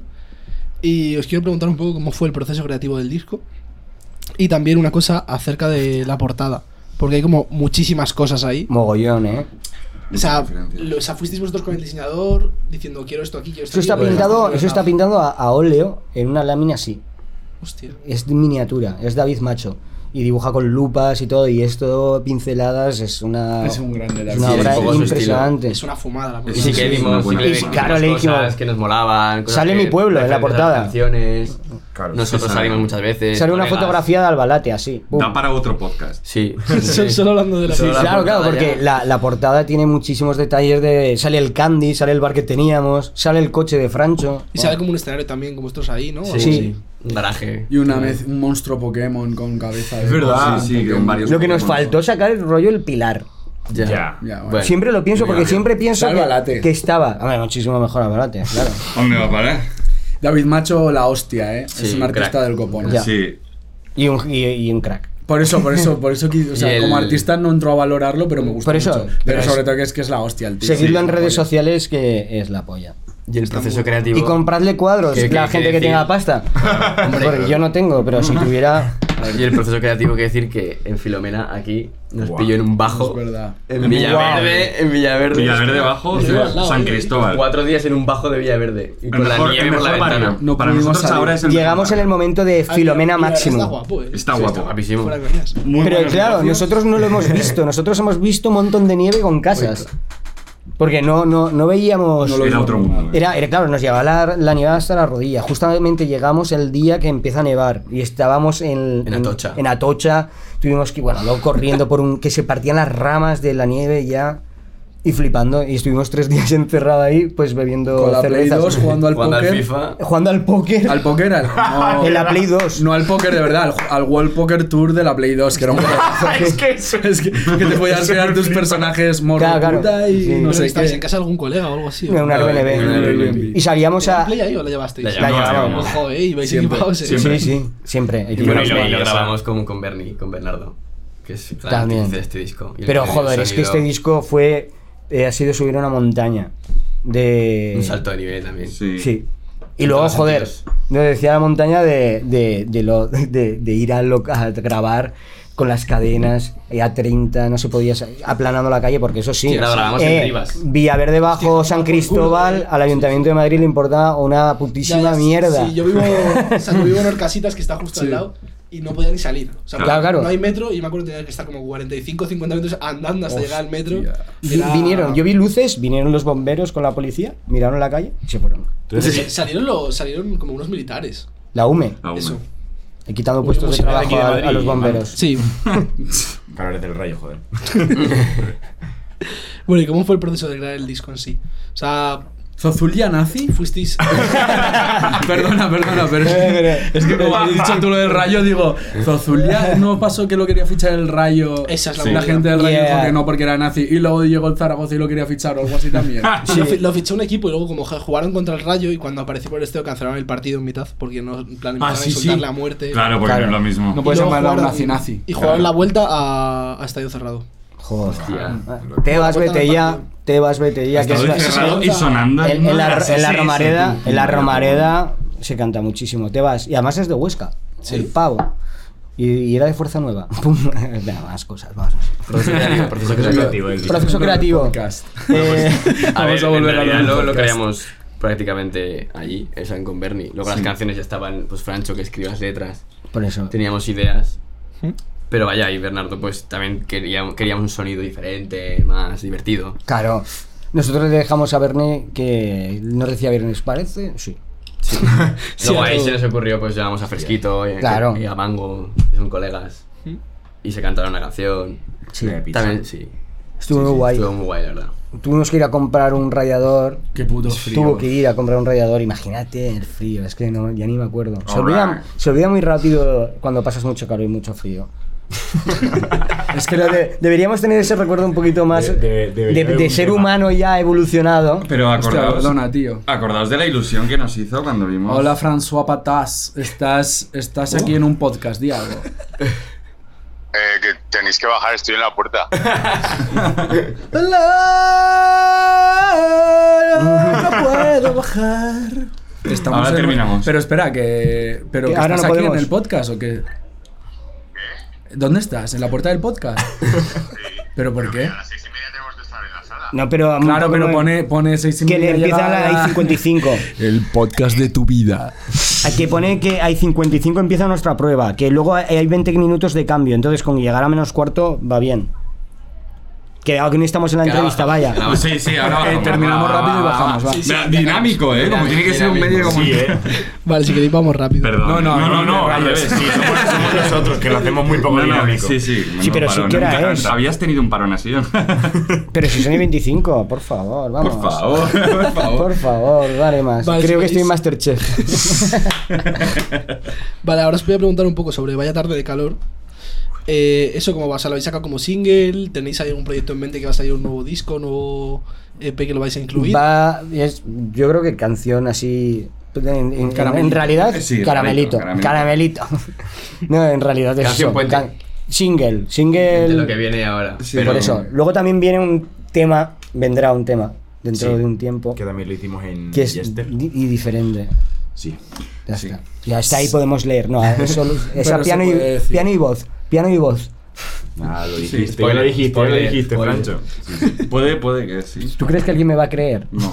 [SPEAKER 3] Y os quiero preguntar un poco cómo fue el proceso creativo del disco. Y también una cosa acerca de la portada. Porque hay como muchísimas cosas ahí.
[SPEAKER 5] Mogollón, ¿eh?
[SPEAKER 3] O sea,
[SPEAKER 4] Diferencia.
[SPEAKER 3] lo- o sea, fuisteis vosotros con el diseñador diciendo quiero esto aquí, quiero esto
[SPEAKER 5] Eso
[SPEAKER 3] aquí, Pues, quiero
[SPEAKER 5] está
[SPEAKER 3] esto
[SPEAKER 5] pintado,
[SPEAKER 3] aquí,
[SPEAKER 5] eso está
[SPEAKER 3] quiero
[SPEAKER 5] pintado a, a óleo en una lámina así.
[SPEAKER 3] esto aquí. Hostia.
[SPEAKER 5] Es de miniatura, es David Macho. Y dibuja con lupas y todo, y esto, pinceladas, es una,
[SPEAKER 6] Es un grande
[SPEAKER 5] es
[SPEAKER 6] David.
[SPEAKER 5] una
[SPEAKER 7] Sí, es
[SPEAKER 5] obra
[SPEAKER 7] un poco su
[SPEAKER 5] impresionante.
[SPEAKER 3] Es una fumada la
[SPEAKER 7] Y sí que
[SPEAKER 4] es una
[SPEAKER 7] vimos, sí
[SPEAKER 4] buena
[SPEAKER 7] que
[SPEAKER 4] cosa.
[SPEAKER 7] vimos
[SPEAKER 5] Claro, le
[SPEAKER 7] cosas
[SPEAKER 5] dijimos-
[SPEAKER 7] que nos molaban. cosas
[SPEAKER 5] Sale
[SPEAKER 7] que-
[SPEAKER 5] mi pueblo en la
[SPEAKER 7] referentes a
[SPEAKER 5] portada.
[SPEAKER 7] las Canciones.
[SPEAKER 8] Claro,
[SPEAKER 7] Nosotros
[SPEAKER 4] sí,
[SPEAKER 7] salimos
[SPEAKER 4] sale.
[SPEAKER 7] muchas veces.
[SPEAKER 5] Sale una
[SPEAKER 7] colegas.
[SPEAKER 5] fotografía de Albalate así. pum.
[SPEAKER 4] Da para otro podcast.
[SPEAKER 7] Sí.
[SPEAKER 3] Solo- Solo hablando de la
[SPEAKER 7] Sí,
[SPEAKER 5] Sí,
[SPEAKER 7] la
[SPEAKER 5] claro,
[SPEAKER 7] portada
[SPEAKER 5] claro, porque
[SPEAKER 7] ya.
[SPEAKER 5] la, la portada tiene muchísimos detalles de... Sale el candy, sale el bar que teníamos, sale el coche de Francho.
[SPEAKER 3] Y sale como un escenario también, como vosotros ahí, ¿no?
[SPEAKER 7] Sí,
[SPEAKER 5] Sí.
[SPEAKER 7] sí. Un garaje.
[SPEAKER 6] Y una vez un monstruo Pokémon con cabeza de.
[SPEAKER 8] Es verdad.
[SPEAKER 4] Sí, sí, con varios.
[SPEAKER 5] Lo que nos
[SPEAKER 4] Pokémon.
[SPEAKER 5] faltó sacar el rollo el pilar.
[SPEAKER 7] Ya.
[SPEAKER 8] Ya.
[SPEAKER 6] Ya, bueno.
[SPEAKER 7] Bueno.
[SPEAKER 5] Siempre lo pienso, porque
[SPEAKER 7] Mira,
[SPEAKER 5] siempre pienso
[SPEAKER 6] Salva
[SPEAKER 5] que,
[SPEAKER 6] Late.
[SPEAKER 5] que estaba. Hombre, muchísimo mejor Albalate, claro.
[SPEAKER 4] ¿Dónde va a parar?
[SPEAKER 6] David Macho, la hostia, ¿eh?
[SPEAKER 7] Sí,
[SPEAKER 6] es un artista
[SPEAKER 7] crack.
[SPEAKER 6] del copón.
[SPEAKER 5] Ya.
[SPEAKER 4] Sí.
[SPEAKER 5] Y un, y, y un crack.
[SPEAKER 6] Por eso, por eso, por eso, que- o sea,
[SPEAKER 7] Y el-
[SPEAKER 6] como artista no entro a valorarlo, pero me gusta
[SPEAKER 5] Por eso,
[SPEAKER 6] mucho. Pero,
[SPEAKER 5] pero es-
[SPEAKER 6] sobre todo que es que es la hostia el tío.
[SPEAKER 5] Seguidlo en
[SPEAKER 6] Sí,
[SPEAKER 5] redes
[SPEAKER 6] oye.
[SPEAKER 5] sociales que es la polla.
[SPEAKER 7] Y el proceso creativo.
[SPEAKER 5] Y compradle cuadros,
[SPEAKER 7] ¿Qué- qué-
[SPEAKER 5] la
[SPEAKER 7] qué
[SPEAKER 5] gente que
[SPEAKER 7] decir?
[SPEAKER 5] tenga pasta.
[SPEAKER 7] Hombre.
[SPEAKER 5] Porque yo no tengo, pero si tuviera.
[SPEAKER 7] Y el proceso creativo que decir que en Filomena aquí nos
[SPEAKER 8] Guau.
[SPEAKER 7] pilló en un bajo.
[SPEAKER 6] Es verdad.
[SPEAKER 7] En Villaverde, en Villaverde.
[SPEAKER 4] Villaverde bajo,
[SPEAKER 3] Estoy al lado,
[SPEAKER 4] San
[SPEAKER 3] eh.
[SPEAKER 4] Cristóbal.
[SPEAKER 7] Cuatro días en un bajo de Villaverde. Y
[SPEAKER 4] El
[SPEAKER 7] con la
[SPEAKER 4] mejor- el
[SPEAKER 7] nieve por la
[SPEAKER 4] mejor barrio.
[SPEAKER 7] ventana.
[SPEAKER 6] No
[SPEAKER 4] Para
[SPEAKER 6] pudimos
[SPEAKER 4] nosotros
[SPEAKER 6] salir.
[SPEAKER 4] ahora es el
[SPEAKER 5] Llegamos en
[SPEAKER 4] mejor
[SPEAKER 5] el
[SPEAKER 4] barrio.
[SPEAKER 5] momento de
[SPEAKER 3] Ah,
[SPEAKER 5] Filomena
[SPEAKER 3] y la verdad Está
[SPEAKER 5] Máximo.
[SPEAKER 3] guapo, eh.
[SPEAKER 4] Está
[SPEAKER 7] Sí,
[SPEAKER 4] guapo.
[SPEAKER 7] guapísimo.
[SPEAKER 3] Fuera de coñas.
[SPEAKER 4] Muy
[SPEAKER 5] Pero
[SPEAKER 4] buenos
[SPEAKER 5] claro,
[SPEAKER 4] negocios.
[SPEAKER 5] nosotros no lo hemos visto. Nosotros hemos visto un montón de nieve con casas. Porque no, no, no veíamos.
[SPEAKER 6] No lo
[SPEAKER 4] Era otro mundo. eh.
[SPEAKER 5] Era, era claro, nos llevaba la, la nevada hasta la rodilla. Justamente llegamos el día que empieza a nevar y estábamos en,
[SPEAKER 7] En Atocha.
[SPEAKER 5] En Atocha. Tuvimos que, bueno, luego corriendo por un. que se partían las ramas de la nieve ya y flipando. Y estuvimos tres días encerrados ahí, pues bebiendo
[SPEAKER 6] Con la Play
[SPEAKER 5] cervezas.
[SPEAKER 6] 2 jugando al
[SPEAKER 7] Cuando al
[SPEAKER 6] póker.
[SPEAKER 7] FIFA.
[SPEAKER 5] Jugando al póker.
[SPEAKER 6] Al póker, al. no-
[SPEAKER 5] en la Play 2.
[SPEAKER 6] No al póker de verdad, al, ju- al World Poker Tour de la Play 2, que era un pedazo. Ah, es que es que, te podías crear tus personajes morro
[SPEAKER 5] Claro, claro.
[SPEAKER 6] puta y
[SPEAKER 5] Sí.
[SPEAKER 6] no
[SPEAKER 3] No sé,
[SPEAKER 6] sé
[SPEAKER 3] estabais en
[SPEAKER 6] qué.
[SPEAKER 3] casa de algún colega o algo así.
[SPEAKER 5] en una
[SPEAKER 7] No, en
[SPEAKER 5] RBNB.
[SPEAKER 7] una-
[SPEAKER 5] Y salíamos
[SPEAKER 3] ¿La
[SPEAKER 5] a.
[SPEAKER 3] play ahí o la llevasteis?
[SPEAKER 7] La
[SPEAKER 4] No,
[SPEAKER 5] llevamos.
[SPEAKER 4] no, no.
[SPEAKER 3] Joder, y vais
[SPEAKER 6] Siempre,
[SPEAKER 3] equipados, eh.
[SPEAKER 4] siempre.
[SPEAKER 5] Sí, sí, siempre.
[SPEAKER 7] Y bueno, y
[SPEAKER 5] equipados.
[SPEAKER 7] lo, y lo
[SPEAKER 4] Esa.
[SPEAKER 7] grabamos con, con Bernie, con Bernardo. Que es el
[SPEAKER 5] También.
[SPEAKER 7] artífice de este disco. Y el
[SPEAKER 5] Pero
[SPEAKER 7] que-
[SPEAKER 5] joder,
[SPEAKER 7] el
[SPEAKER 5] es que
[SPEAKER 7] sonido,
[SPEAKER 5] este disco fue. eh, ha sido subir una montaña. De.
[SPEAKER 7] Un salto de nivel también.
[SPEAKER 4] Sí.
[SPEAKER 5] Sí. Y
[SPEAKER 7] En
[SPEAKER 5] luego,
[SPEAKER 7] todos los
[SPEAKER 5] joder,
[SPEAKER 7] sentidos.
[SPEAKER 5] nos decía la montaña de, de, de lo, de, de ir a, lo- a grabar con las cadenas eh, a 30, no se podía sa- aplanando la calle, porque eso sí.
[SPEAKER 7] Sí, la grabamos en Rivas.
[SPEAKER 5] Villaverde bajo San Cristóbal,
[SPEAKER 3] culo, eh.
[SPEAKER 5] al Ayuntamiento de Madrid le importaba una
[SPEAKER 3] Ya,
[SPEAKER 5] putísima
[SPEAKER 3] ya, sí,
[SPEAKER 5] mierda.
[SPEAKER 3] Sí, yo vivo, o sea, yo vivo en Orcasitas, que está justo al lado. y no podía ni salir. O sea,
[SPEAKER 4] Claro,
[SPEAKER 5] claro.
[SPEAKER 3] no hay metro y me acuerdo que tenía que estar como 45, 50 minutos andando hasta llegar al metro.
[SPEAKER 5] Vi-
[SPEAKER 3] Era-
[SPEAKER 5] Vinieron, yo vi luces, vinieron los bomberos con la policía, miraron la calle y se fueron.
[SPEAKER 8] Entonces,
[SPEAKER 3] Sa- Salieron, los, salieron como unos militares.
[SPEAKER 5] La UME,
[SPEAKER 4] La
[SPEAKER 3] Eso.
[SPEAKER 4] una.
[SPEAKER 5] he quitado
[SPEAKER 3] Uy,
[SPEAKER 5] puestos de
[SPEAKER 3] música de
[SPEAKER 5] trabajo
[SPEAKER 8] aquí de
[SPEAKER 5] a,
[SPEAKER 8] Madrid,
[SPEAKER 5] a los bomberos.
[SPEAKER 3] Sí.
[SPEAKER 8] Calores del rayo, joder.
[SPEAKER 3] bueno, ¿y cómo fue el proceso de crear el disco en sí? O sea,
[SPEAKER 6] ¿Zozulia nazi?
[SPEAKER 3] fuisteis.
[SPEAKER 6] perdona, perdona, pero es
[SPEAKER 5] Eh,
[SPEAKER 6] que, es que como has dicho tú lo del rayo, digo, Zozulia no pasó que lo quería fichar el rayo.
[SPEAKER 3] Esa es la
[SPEAKER 6] La
[SPEAKER 3] movida.
[SPEAKER 6] gente del rayo
[SPEAKER 5] Yeah.
[SPEAKER 6] dijo que no porque era nazi. Y luego llegó el Zaragoza y lo quería fichar o algo así también.
[SPEAKER 3] Lo, fi- lo fichó un equipo y luego como ja- jugaron contra el Rayo y cuando apareció por esteo cancelaron el partido en mitad porque no en plan empezaron
[SPEAKER 8] sí,
[SPEAKER 3] a insultar
[SPEAKER 8] sí.
[SPEAKER 3] la muerte.
[SPEAKER 4] Claro, porque
[SPEAKER 5] Claro.
[SPEAKER 4] no es lo mismo.
[SPEAKER 6] No
[SPEAKER 3] Y
[SPEAKER 6] puedes
[SPEAKER 3] luego
[SPEAKER 6] llamarlo
[SPEAKER 3] jugaron-
[SPEAKER 6] nazi-nazi.
[SPEAKER 3] Y jugaron la vuelta a, a estadio cerrado.
[SPEAKER 5] Joder.
[SPEAKER 8] Hostia.
[SPEAKER 5] Te vas,
[SPEAKER 3] Cuéntame
[SPEAKER 5] vete
[SPEAKER 3] el
[SPEAKER 5] ya,
[SPEAKER 3] partido.
[SPEAKER 5] te vas, vete ya. que
[SPEAKER 4] Todo
[SPEAKER 5] es la-
[SPEAKER 4] encerrado y
[SPEAKER 3] salsa-
[SPEAKER 4] sonando.
[SPEAKER 5] en, en la,
[SPEAKER 4] Sí,
[SPEAKER 5] en la
[SPEAKER 4] sí,
[SPEAKER 5] Romareda,
[SPEAKER 4] sí.
[SPEAKER 5] en la Romareda se canta muchísimo. Te vas. Y además es de Huesca. El pavo. Y, y era de Fuerza Nueva. Pum. Venga, más cosas, vamos.
[SPEAKER 7] Proceso creativo, proceso
[SPEAKER 8] Proceso
[SPEAKER 7] creativo.
[SPEAKER 8] creativo, el
[SPEAKER 5] Proceso creativo.
[SPEAKER 6] Podcast.
[SPEAKER 5] Eh,
[SPEAKER 7] A
[SPEAKER 6] Vamos
[SPEAKER 7] ver,
[SPEAKER 6] a volver
[SPEAKER 7] en
[SPEAKER 6] a
[SPEAKER 7] realidad
[SPEAKER 6] hablar
[SPEAKER 7] lo,
[SPEAKER 6] del
[SPEAKER 7] lo
[SPEAKER 6] podcast.
[SPEAKER 7] creamos prácticamente allí, en San con Bernie. Luego las canciones ya estaban, pues Francho que escribía las letras,
[SPEAKER 5] por eso.
[SPEAKER 7] teníamos ideas. Pero vaya, y Bernardo pues también quería- queríamos un sonido diferente, más divertido.
[SPEAKER 5] Claro. Nosotros le dejamos a Verne que no decía Viernes, ¿parece? Sí.
[SPEAKER 7] Luego
[SPEAKER 3] a
[SPEAKER 7] ahí
[SPEAKER 3] todo.
[SPEAKER 7] se nos ocurrió, pues llamamos a Fresquito y,
[SPEAKER 5] Claro.
[SPEAKER 7] y a Mango, que son colegas. Y se cantaron una canción.
[SPEAKER 5] Sí.
[SPEAKER 8] De pizza.
[SPEAKER 7] También, sí.
[SPEAKER 5] Estuvo
[SPEAKER 7] Sí,
[SPEAKER 5] muy
[SPEAKER 7] sí,
[SPEAKER 5] guay.
[SPEAKER 7] Estuvo muy guay, la verdad.
[SPEAKER 5] Tuvimos que ir a comprar un radiador.
[SPEAKER 6] Qué puto frío.
[SPEAKER 5] Tuvo que ir a comprar un radiador, imagínate el frío, es que no, ya ni me acuerdo. Se olvida,
[SPEAKER 4] Alright.
[SPEAKER 5] se olvida muy rápido cuando pasas mucho calor y mucho frío. es que lo de- deberíamos tener ese recuerdo un poquito más
[SPEAKER 8] De-
[SPEAKER 5] de,
[SPEAKER 8] de- debería
[SPEAKER 5] de
[SPEAKER 8] haber un
[SPEAKER 5] ser
[SPEAKER 8] tema.
[SPEAKER 5] humano ya evolucionado.
[SPEAKER 4] Pero
[SPEAKER 6] Hostia,
[SPEAKER 4] acordaos,
[SPEAKER 6] perdona, tío.
[SPEAKER 4] acordaos de la ilusión que nos hizo cuando vimos.
[SPEAKER 6] Hola, François Patas. Estás, estás aquí en un podcast, di algo.
[SPEAKER 9] Eh, que tenéis que bajar, estoy en la puerta.
[SPEAKER 6] No puedo bajar. Estamos
[SPEAKER 4] Ahora
[SPEAKER 6] en-
[SPEAKER 4] terminamos.
[SPEAKER 6] Pero espera, que. Pero
[SPEAKER 5] Que
[SPEAKER 6] que
[SPEAKER 5] ahora
[SPEAKER 6] estás
[SPEAKER 5] no
[SPEAKER 6] aquí en
[SPEAKER 5] podemos.
[SPEAKER 6] el podcast o qué? ¿Dónde estás? ¿En la puerta del podcast? ¿Pero por qué?
[SPEAKER 9] A las seis y media tenemos que estar en la sala.
[SPEAKER 5] No, pero
[SPEAKER 6] Claro, pero pone, pone 6 y
[SPEAKER 5] que le
[SPEAKER 6] media
[SPEAKER 5] empieza
[SPEAKER 6] llegada.
[SPEAKER 5] la I-55.
[SPEAKER 6] El podcast de tu vida.
[SPEAKER 5] Aquí pone que hay 55 empieza nuestra prueba, que luego hay- hay 20 minutos de cambio, entonces con llegar a menos cuarto va bien. Que aún no estamos en la
[SPEAKER 7] Que ahora
[SPEAKER 5] entrevista,
[SPEAKER 7] baja,
[SPEAKER 5] vaya.
[SPEAKER 7] que ahora
[SPEAKER 4] Sí, sí, ahora
[SPEAKER 6] Eh,
[SPEAKER 4] bajamos.
[SPEAKER 6] terminamos
[SPEAKER 4] Va, va,
[SPEAKER 6] rápido y
[SPEAKER 4] va,
[SPEAKER 6] bajamos,
[SPEAKER 4] va.
[SPEAKER 6] va.
[SPEAKER 4] Sí, sí, dinámico, ¿eh? Como
[SPEAKER 7] Dinámico,
[SPEAKER 4] tiene que ser un
[SPEAKER 7] dinámico.
[SPEAKER 4] medio como.
[SPEAKER 8] Sí, eh.
[SPEAKER 3] Vale, si queréis vamos rápido.
[SPEAKER 4] Perdón.
[SPEAKER 6] No, no, no, no,
[SPEAKER 4] al
[SPEAKER 6] no,
[SPEAKER 4] revés.
[SPEAKER 8] Sí, somos, somos nosotros, que lo hacemos muy poco
[SPEAKER 4] No, no,
[SPEAKER 8] dinámico.
[SPEAKER 4] sí, sí.
[SPEAKER 5] Sí,
[SPEAKER 4] no,
[SPEAKER 5] pero
[SPEAKER 4] parón,
[SPEAKER 5] siquiera
[SPEAKER 4] nunca
[SPEAKER 5] es.
[SPEAKER 4] tanto. Habías tenido un parón así.
[SPEAKER 5] Pero si son 25, por favor, vamos.
[SPEAKER 4] Por favor, por favor.
[SPEAKER 5] Por favor, dale más.
[SPEAKER 3] Vale,
[SPEAKER 5] Creo que
[SPEAKER 3] si queréis-
[SPEAKER 5] estoy en Masterchef.
[SPEAKER 3] Vale, ahora os voy a preguntar un poco sobre Vaya Tarde de Calor. Eh, ¿Eso cómo va? O sea, ¿Lo habéis sacado como single? ¿Tenéis ahí algún proyecto en mente que va a salir un nuevo disco, nuevo EP que lo vais a incluir?
[SPEAKER 5] Va, es, yo creo que canción así. En, en- en
[SPEAKER 6] Caramelito.
[SPEAKER 5] realidad,
[SPEAKER 4] Sí,
[SPEAKER 5] caramelito,
[SPEAKER 4] caramelito.
[SPEAKER 5] caramelito. No, en realidad es
[SPEAKER 7] Canción
[SPEAKER 5] eso,
[SPEAKER 7] puente.
[SPEAKER 5] single,
[SPEAKER 7] De
[SPEAKER 5] single.
[SPEAKER 7] lo que viene ahora.
[SPEAKER 4] Sí,
[SPEAKER 7] pero
[SPEAKER 5] Por eso. Luego también viene un tema, vendrá un tema dentro
[SPEAKER 8] Sí.
[SPEAKER 5] de un tiempo
[SPEAKER 8] Que también lo hicimos en
[SPEAKER 5] que es
[SPEAKER 8] Yester.
[SPEAKER 5] di- y diferente.
[SPEAKER 8] Sí.
[SPEAKER 5] Ya está. Ya está, ahí podemos leer. No, eso, esa
[SPEAKER 6] se
[SPEAKER 5] piano,
[SPEAKER 6] puede
[SPEAKER 5] y,
[SPEAKER 6] decir.
[SPEAKER 5] piano y voz. Piano y voz.
[SPEAKER 8] Ah, lo
[SPEAKER 4] dijiste,
[SPEAKER 8] dijiste.
[SPEAKER 7] ya
[SPEAKER 8] lo
[SPEAKER 7] lo
[SPEAKER 8] dijiste,
[SPEAKER 7] dijiste,
[SPEAKER 8] lo
[SPEAKER 7] spoiler,
[SPEAKER 8] dijiste,
[SPEAKER 7] spoiler.
[SPEAKER 8] Francho.
[SPEAKER 4] Puede, puede que sí.
[SPEAKER 5] ¿Tú crees que alguien me va a creer?
[SPEAKER 4] No.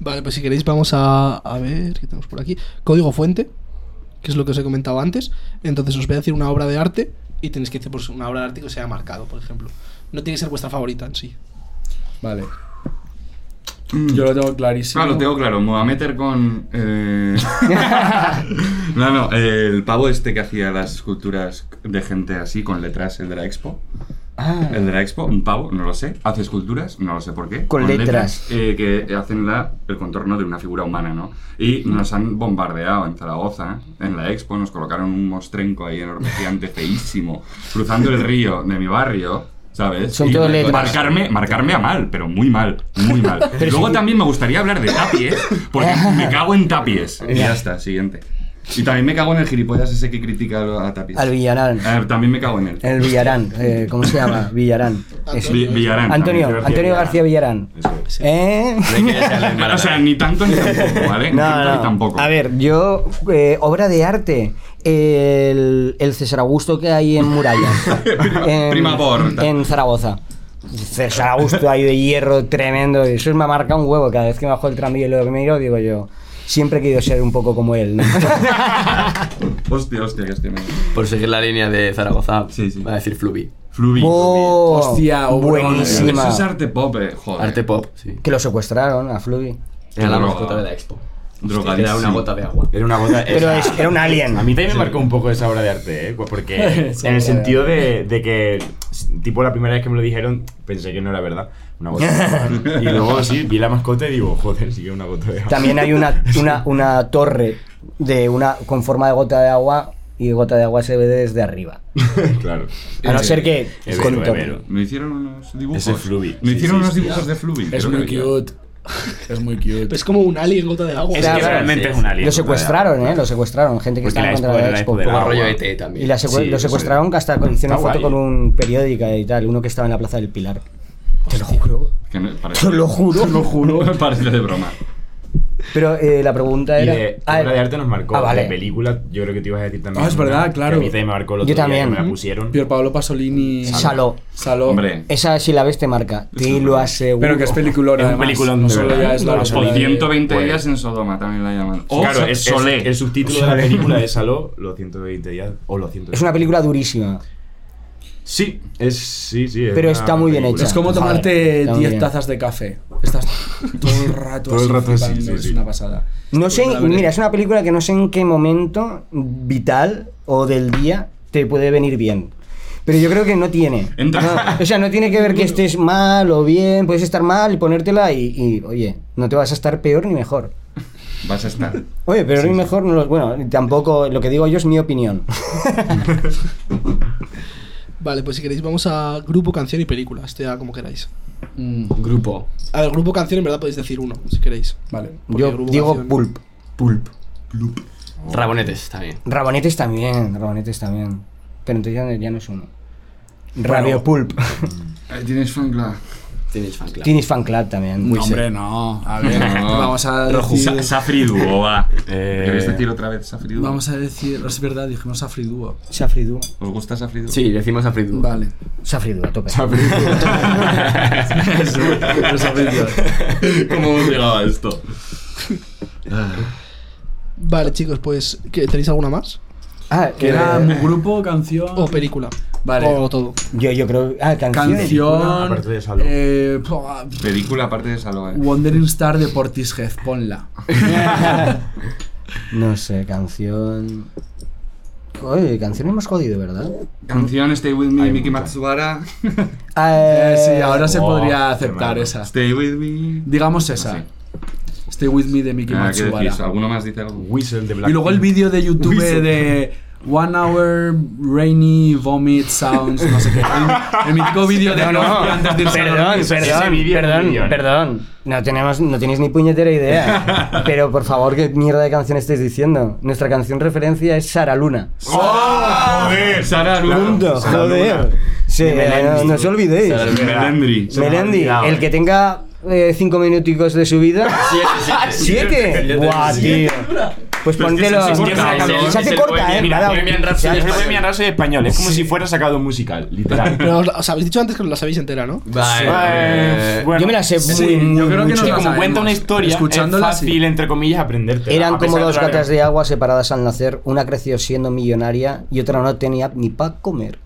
[SPEAKER 3] Vale, pues si queréis vamos a, a ver qué tenemos por aquí. Código fuente, que es lo que os he comentado antes. Entonces os voy a decir una obra de arte y tenéis que decir pues, una obra de arte que os haya marcado, por ejemplo. No tiene que ser vuestra favorita en sí.
[SPEAKER 6] Vale. Yo lo tengo clarísimo.
[SPEAKER 4] Ah, lo tengo claro, me voy a meter con. eh, no, no, eh, el pavo este que hacía las esculturas de gente así con letras, el de la expo.
[SPEAKER 5] Ah,
[SPEAKER 4] El de la expo, un pavo, no lo sé. Hace esculturas, no lo sé por qué.
[SPEAKER 5] Con letras.
[SPEAKER 4] eh, que hacen la, el contorno de una figura humana, ¿no? Y nos han bombardeado en Zaragoza, en la expo, nos colocaron un mostrenco ahí enorme, gigante, feísimo, cruzando el río de mi barrio. ¿Sabes?
[SPEAKER 5] Son
[SPEAKER 4] Y
[SPEAKER 5] todo letras.
[SPEAKER 4] Marcarme, marcarme a mal, pero muy mal, muy mal.
[SPEAKER 5] Pero
[SPEAKER 4] Luego
[SPEAKER 5] si-
[SPEAKER 4] también me gustaría hablar de tapies, porque me cago en tapies. Y ya está, siguiente. Y también me cago en el gilipollas ese que critica a- a tapies.
[SPEAKER 5] Al Villarán.
[SPEAKER 4] Eh, también me cago en él.
[SPEAKER 5] El Villarán. eh, ¿Cómo se llama? Villarán. Ese.
[SPEAKER 4] Vi- Villarán.
[SPEAKER 5] Antonio,
[SPEAKER 4] también.
[SPEAKER 5] Antonio García Villarán.
[SPEAKER 8] Eso es.
[SPEAKER 5] ¿Eh?
[SPEAKER 4] O sea, ni tanto ni tampoco, ¿vale? Ni
[SPEAKER 5] No,
[SPEAKER 4] tanto ni
[SPEAKER 5] no.
[SPEAKER 4] tampoco.
[SPEAKER 5] A ver, yo, eh, obra de arte. El, el César Augusto que hay en Murallas. en,
[SPEAKER 4] prima porta.
[SPEAKER 5] En Zaragoza. César Augusto ahí de hierro tremendo. Eso me marca un huevo. Cada vez que me bajo el tranvía y lo miro, digo yo. Siempre he querido ser un poco como él. ¿no?
[SPEAKER 4] Hostia, hostia, que estoy mal.
[SPEAKER 7] Por seguir la línea de Zaragoza,
[SPEAKER 4] Sí, sí.
[SPEAKER 7] va a decir Fluvi.
[SPEAKER 4] Fluvi.
[SPEAKER 5] Oh,
[SPEAKER 6] Hostia, Obrón.
[SPEAKER 4] Eso
[SPEAKER 5] buenísima.
[SPEAKER 4] es arte pop, eh. Joder.
[SPEAKER 7] Arte pop, sí.
[SPEAKER 5] Que lo secuestraron a Fluvi.
[SPEAKER 7] Era la
[SPEAKER 4] Droga.
[SPEAKER 7] mascota de la expo.
[SPEAKER 4] Drogadísimo.
[SPEAKER 7] Era una gota de agua.
[SPEAKER 8] Era una gota.
[SPEAKER 5] Pero
[SPEAKER 8] esa-
[SPEAKER 5] es- era un alien.
[SPEAKER 8] A mí también me marcó un poco esa obra de arte, ¿eh? Porque en el sentido de, de que, tipo, la primera vez que me lo dijeron, pensé que no era verdad. Una gota. y luego sí, vi la mascota y digo, joder, sí que es una gota de agua.
[SPEAKER 5] También hay una, una, una torre de una, con forma de gota de agua y gota de agua se ve desde arriba.
[SPEAKER 8] claro.
[SPEAKER 5] A no ser que.
[SPEAKER 8] Evero,
[SPEAKER 5] con torre.
[SPEAKER 8] Evero.
[SPEAKER 4] Me hicieron unos dibujos.
[SPEAKER 8] Ese Fluvi.
[SPEAKER 4] Me
[SPEAKER 8] Sí,
[SPEAKER 4] hicieron
[SPEAKER 8] sí,
[SPEAKER 4] unos
[SPEAKER 8] sí.
[SPEAKER 4] dibujos de Fluvi.
[SPEAKER 6] Es
[SPEAKER 4] creo
[SPEAKER 6] muy
[SPEAKER 4] que ya.
[SPEAKER 6] cute. Es muy cute.
[SPEAKER 3] Pero es como un alien gota de agua.
[SPEAKER 8] Es
[SPEAKER 5] Claro,
[SPEAKER 8] que
[SPEAKER 5] claro,
[SPEAKER 8] realmente
[SPEAKER 7] sí,
[SPEAKER 8] es un alien.
[SPEAKER 5] Lo secuestraron, ¿eh? Lo secuestraron. Gente que
[SPEAKER 8] Porque la
[SPEAKER 5] estaba contra
[SPEAKER 8] expo era
[SPEAKER 5] la
[SPEAKER 8] la
[SPEAKER 5] expo.
[SPEAKER 8] expo de
[SPEAKER 7] Como
[SPEAKER 8] agua.
[SPEAKER 7] rollo ET también.
[SPEAKER 5] Y la secue-
[SPEAKER 8] Sí,
[SPEAKER 5] lo
[SPEAKER 8] eso
[SPEAKER 5] secuestraron que hasta hicieron
[SPEAKER 8] Está
[SPEAKER 5] una foto
[SPEAKER 8] guay,
[SPEAKER 5] con
[SPEAKER 8] eh.
[SPEAKER 5] un periódica y tal. Uno que estaba en la plaza del Pilar. Te lo juro.
[SPEAKER 4] Que no- parece-
[SPEAKER 5] Te lo juro.
[SPEAKER 4] Lo juro. Parece de broma.
[SPEAKER 5] Pero eh, la pregunta
[SPEAKER 8] Y
[SPEAKER 5] era.
[SPEAKER 8] de
[SPEAKER 5] ah,
[SPEAKER 8] obra de arte nos marcó.
[SPEAKER 5] ah, vale.
[SPEAKER 8] De película, yo creo que te ibas a decir también.
[SPEAKER 6] Ah, es
[SPEAKER 8] una
[SPEAKER 6] verdad,
[SPEAKER 8] que
[SPEAKER 6] claro.
[SPEAKER 8] A mí también me marcó el otro
[SPEAKER 5] Yo
[SPEAKER 8] día que
[SPEAKER 5] tambier
[SPEAKER 8] me la
[SPEAKER 5] ¿Mm?
[SPEAKER 8] pusieron.
[SPEAKER 6] Pier Paolo Pasolini.
[SPEAKER 5] Saló.
[SPEAKER 6] Saló.
[SPEAKER 4] Hombre.
[SPEAKER 5] Esa, si la ves, te marca. Te lo aseguro.
[SPEAKER 6] Pero que es peliculón.
[SPEAKER 8] Es un
[SPEAKER 6] además.
[SPEAKER 8] peliculón,
[SPEAKER 6] No
[SPEAKER 8] de
[SPEAKER 6] solo
[SPEAKER 8] verdad.
[SPEAKER 6] ya es la
[SPEAKER 8] Por
[SPEAKER 6] obra
[SPEAKER 4] Por
[SPEAKER 6] de-
[SPEAKER 4] 120
[SPEAKER 8] Bueno.
[SPEAKER 4] días en Sodoma también la llaman. O
[SPEAKER 6] Oh,
[SPEAKER 8] claro, es, es-
[SPEAKER 4] Solé.
[SPEAKER 8] el subtítulo de la película es Saló, los 120 días. O los 120
[SPEAKER 5] Es una película durísima.
[SPEAKER 8] Sí, es, sí, sí. es
[SPEAKER 5] Pero
[SPEAKER 8] una
[SPEAKER 5] está muy bien
[SPEAKER 8] película.
[SPEAKER 5] hecha.
[SPEAKER 6] Es como
[SPEAKER 5] Joder,
[SPEAKER 6] tomarte
[SPEAKER 5] está muy
[SPEAKER 6] 10
[SPEAKER 5] bien.
[SPEAKER 6] tazas de café. Estás todo el rato
[SPEAKER 8] Todo el
[SPEAKER 6] así
[SPEAKER 8] rato, sí,
[SPEAKER 6] flipando,
[SPEAKER 8] sí, sí.
[SPEAKER 6] Es una pasada.
[SPEAKER 5] No sé,
[SPEAKER 6] Pues la veré.
[SPEAKER 5] mira, es una película que no sé en qué momento vital o del día te puede venir bien. Pero yo creo que no tiene.
[SPEAKER 4] Entra-
[SPEAKER 5] No, o sea, no tiene que ver que estés mal o bien, puedes estar mal y ponértela y, y, oye, no te vas a estar peor ni mejor.
[SPEAKER 4] Vas a estar.
[SPEAKER 5] Oye, peor ni mejor no lo... Bueno, tampoco lo que digo yo es mi opinión.
[SPEAKER 3] Vale, pues si queréis vamos a grupo, canción y película. Esto ya como queráis.
[SPEAKER 6] Mm,
[SPEAKER 7] Grupo.
[SPEAKER 3] A ver, grupo, canción en verdad podéis decir uno, si queréis.
[SPEAKER 6] vale.
[SPEAKER 3] Porque
[SPEAKER 5] Yo
[SPEAKER 3] grupo,
[SPEAKER 5] digo
[SPEAKER 3] canción-
[SPEAKER 5] pulp. Pulp.
[SPEAKER 7] Rabonetes también.
[SPEAKER 5] Rabonetes también, rabonetes también. Pero entonces ya, ya no es uno. Radio Pulp.
[SPEAKER 4] Ahí Tienes fan club.
[SPEAKER 7] Tienes fan club.
[SPEAKER 5] Tienes fan club también.
[SPEAKER 6] No, hombre, no. A ver,
[SPEAKER 4] No.
[SPEAKER 6] vamos a
[SPEAKER 4] Rojo. Sa-
[SPEAKER 6] decir...
[SPEAKER 4] Safri Duo, va.
[SPEAKER 7] Eh.
[SPEAKER 4] ¿Queréis decir otra vez Safri Duo?
[SPEAKER 6] Vamos a decir... Es verdad, dijimos Safri Duo.
[SPEAKER 5] Safridu.
[SPEAKER 4] ¿Os gusta Safri Duo?
[SPEAKER 7] Sí, decimos a Fridu.
[SPEAKER 6] Vale.
[SPEAKER 5] Safridu, a tope.
[SPEAKER 4] Eso, los apellidos. ¿Cómo hemos llegado a esto?
[SPEAKER 3] Vale, chicos, pues ¿qué, ¿tenéis alguna más?
[SPEAKER 5] Ah,
[SPEAKER 6] Que era grupo, canción...
[SPEAKER 3] O película.
[SPEAKER 6] Vale.
[SPEAKER 3] O todo.
[SPEAKER 5] Yo, yo creo. Ah, canción.
[SPEAKER 6] Canción...
[SPEAKER 8] Aparte de Saló.
[SPEAKER 6] eh, pua,
[SPEAKER 4] Película aparte de Saló, eh.
[SPEAKER 6] Wandering Star de Portishead. Ponla.
[SPEAKER 5] No sé, canción. Oye, canción hemos jodido, ¿verdad?
[SPEAKER 4] Canción Stay With Me,
[SPEAKER 8] Hay
[SPEAKER 4] Miki
[SPEAKER 8] muchas.
[SPEAKER 4] Matsuhara.
[SPEAKER 5] Eh,
[SPEAKER 6] Eh, sí, ahora se
[SPEAKER 8] oh,
[SPEAKER 6] podría
[SPEAKER 8] qué
[SPEAKER 6] aceptar
[SPEAKER 8] malo.
[SPEAKER 6] esa.
[SPEAKER 4] Stay With Me.
[SPEAKER 6] Digamos esa. Stay With Me de Mickey
[SPEAKER 4] Ah, ¿qué
[SPEAKER 6] Matsuhara.
[SPEAKER 4] decís? ¿Alguno más dice algo?
[SPEAKER 8] Whistle de Black.
[SPEAKER 6] Y luego el vídeo de YouTube de One Hour Rainy Vomit Sounds, no sé qué. El, el mítico vídeo de Cosby antes de irse a dormir.
[SPEAKER 8] ese vídeo es un millón.
[SPEAKER 5] perdón. No, tenemos, no tenéis ni puñetera idea. Pero por favor, ¿qué mierda de canción estáis diciendo? Nuestra canción referencia es Sara Luna.
[SPEAKER 4] ¡Oh! ¡Joder! Sara Luna.
[SPEAKER 5] Punto, joder. Sí, eh, no os olvidéis.
[SPEAKER 7] Sara Luna.
[SPEAKER 4] Melendri.
[SPEAKER 8] me ha
[SPEAKER 5] Ah, Melendi,
[SPEAKER 8] olvidado,
[SPEAKER 5] el
[SPEAKER 8] eh.
[SPEAKER 5] que tenga eh, cinco minuticos de su vida. ¿Siete? Buah, tío. Pues
[SPEAKER 4] Pero es que
[SPEAKER 5] póntelo.
[SPEAKER 4] se- se corta,
[SPEAKER 5] Se
[SPEAKER 4] ¿no?
[SPEAKER 5] hace
[SPEAKER 4] Es el
[SPEAKER 5] corta, ¿eh?
[SPEAKER 8] Mira,
[SPEAKER 5] Nada,
[SPEAKER 8] Bohemian
[SPEAKER 5] se
[SPEAKER 8] Rhapsody
[SPEAKER 5] hace-
[SPEAKER 8] es Bohemian Rhapsody español. Es como si fuera sacado un musical, literal.
[SPEAKER 3] Pero os, la- os habéis dicho antes que os la sabéis entera, ¿no?
[SPEAKER 8] Eh,
[SPEAKER 7] Vale.
[SPEAKER 8] bueno,
[SPEAKER 5] Yo me la sé
[SPEAKER 6] Sí,
[SPEAKER 5] muy, muy,
[SPEAKER 6] yo creo que
[SPEAKER 5] mucho.
[SPEAKER 6] nos la
[SPEAKER 8] como
[SPEAKER 6] sabemos.
[SPEAKER 8] cuenta una historia, es
[SPEAKER 6] Escuchándola, sí.
[SPEAKER 8] fácil, entre comillas, aprenderte.
[SPEAKER 5] Eran como dos gatas de agua separadas al nacer. Una creció siendo millonaria y otra no tenía ni para comer.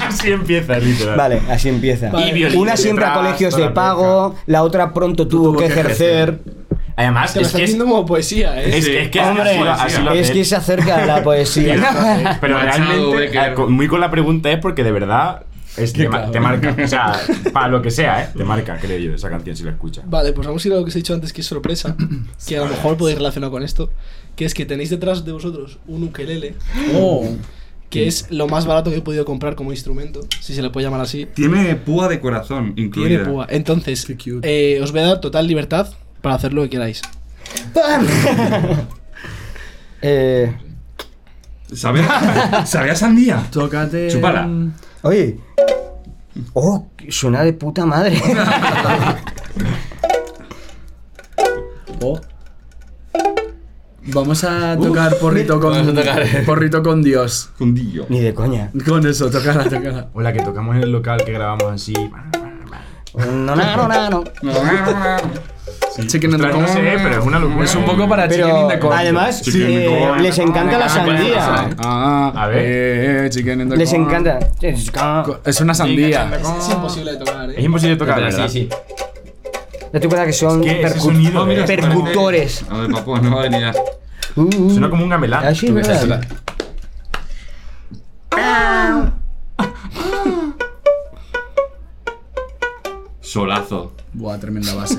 [SPEAKER 8] Así empieza, literal.
[SPEAKER 5] Vale, así empieza.
[SPEAKER 3] Vale.
[SPEAKER 5] Una siempre a colegios de pago, la otra pronto tuvo que ejercer.
[SPEAKER 8] Además,
[SPEAKER 3] Te lo
[SPEAKER 8] es
[SPEAKER 3] estás
[SPEAKER 8] que es,
[SPEAKER 3] diciendo como poesía, ¿eh?
[SPEAKER 8] es, es que
[SPEAKER 5] Hombre,
[SPEAKER 8] así lo- así lo
[SPEAKER 5] Es
[SPEAKER 8] hace.
[SPEAKER 5] que se acerca a la poesía.
[SPEAKER 8] Pero
[SPEAKER 4] Machado,
[SPEAKER 8] realmente,
[SPEAKER 4] Becker.
[SPEAKER 8] ah, con- muy con la pregunta es porque de verdad es- te, ma- te marca. O sea, para lo que sea, ¿eh? Te marca, creo yo, esa canción si la escuchas.
[SPEAKER 3] Vale, pues vamos a ir a lo que os he dicho antes, que es sorpresa. que a lo mejor podéis relacionar con esto. Que es que tenéis detrás de vosotros un ukelele,
[SPEAKER 6] Oh,
[SPEAKER 3] que es lo más barato que he podido comprar como instrumento, si se le puede llamar así.
[SPEAKER 4] Tiene púa de corazón
[SPEAKER 3] Tiene
[SPEAKER 4] incluida.
[SPEAKER 3] púa. Entonces,
[SPEAKER 6] Qué cute.
[SPEAKER 3] eh, os voy a dar total libertad para hacer lo que queráis.
[SPEAKER 5] Eh,
[SPEAKER 4] ¿Sabe, ¿Sabía sandía?
[SPEAKER 6] tócate.
[SPEAKER 4] Chúpala.
[SPEAKER 5] oye. Oh, suena de puta madre.
[SPEAKER 6] Oh. Vamos a tocar porrito con
[SPEAKER 7] Vamos a tocar.
[SPEAKER 6] porrito con Dios.
[SPEAKER 4] Cundillo.
[SPEAKER 5] Ni de coña.
[SPEAKER 6] Con eso, tocala, tocala.
[SPEAKER 8] O la que tocamos en el local que grabamos así.
[SPEAKER 5] No, no, no, no, no.
[SPEAKER 6] Chicken and the
[SPEAKER 8] Ostras, no sé,
[SPEAKER 6] corn.
[SPEAKER 8] pero es una locura.
[SPEAKER 6] Es un poco para chicken
[SPEAKER 5] Pero
[SPEAKER 6] in the corn.
[SPEAKER 5] además
[SPEAKER 8] Chicken
[SPEAKER 5] eh,
[SPEAKER 8] in the corn.
[SPEAKER 5] les encanta la sandía.
[SPEAKER 6] Ah,
[SPEAKER 8] A ver.
[SPEAKER 6] eh, eh, chicken in the
[SPEAKER 5] Les
[SPEAKER 6] corn.
[SPEAKER 5] encanta.
[SPEAKER 6] Co- Es una
[SPEAKER 8] Chicken
[SPEAKER 6] sandía.
[SPEAKER 8] and the
[SPEAKER 3] Es
[SPEAKER 8] corn.
[SPEAKER 3] imposible de tocar,
[SPEAKER 8] Es
[SPEAKER 3] ¿eh?
[SPEAKER 8] imposible tocar,
[SPEAKER 7] Sí,
[SPEAKER 8] ¿verdad?
[SPEAKER 7] sí.
[SPEAKER 5] Date cuenta que son
[SPEAKER 8] Es que ese
[SPEAKER 5] percu-
[SPEAKER 8] sonido, eh,
[SPEAKER 5] percutores.
[SPEAKER 4] A ver, papo, no va a venir a-
[SPEAKER 5] Uh, uh.
[SPEAKER 8] Suena como un gamelán.
[SPEAKER 5] Ah, sí, ¿verdad?
[SPEAKER 4] Solazo.
[SPEAKER 6] Buah, tremenda base.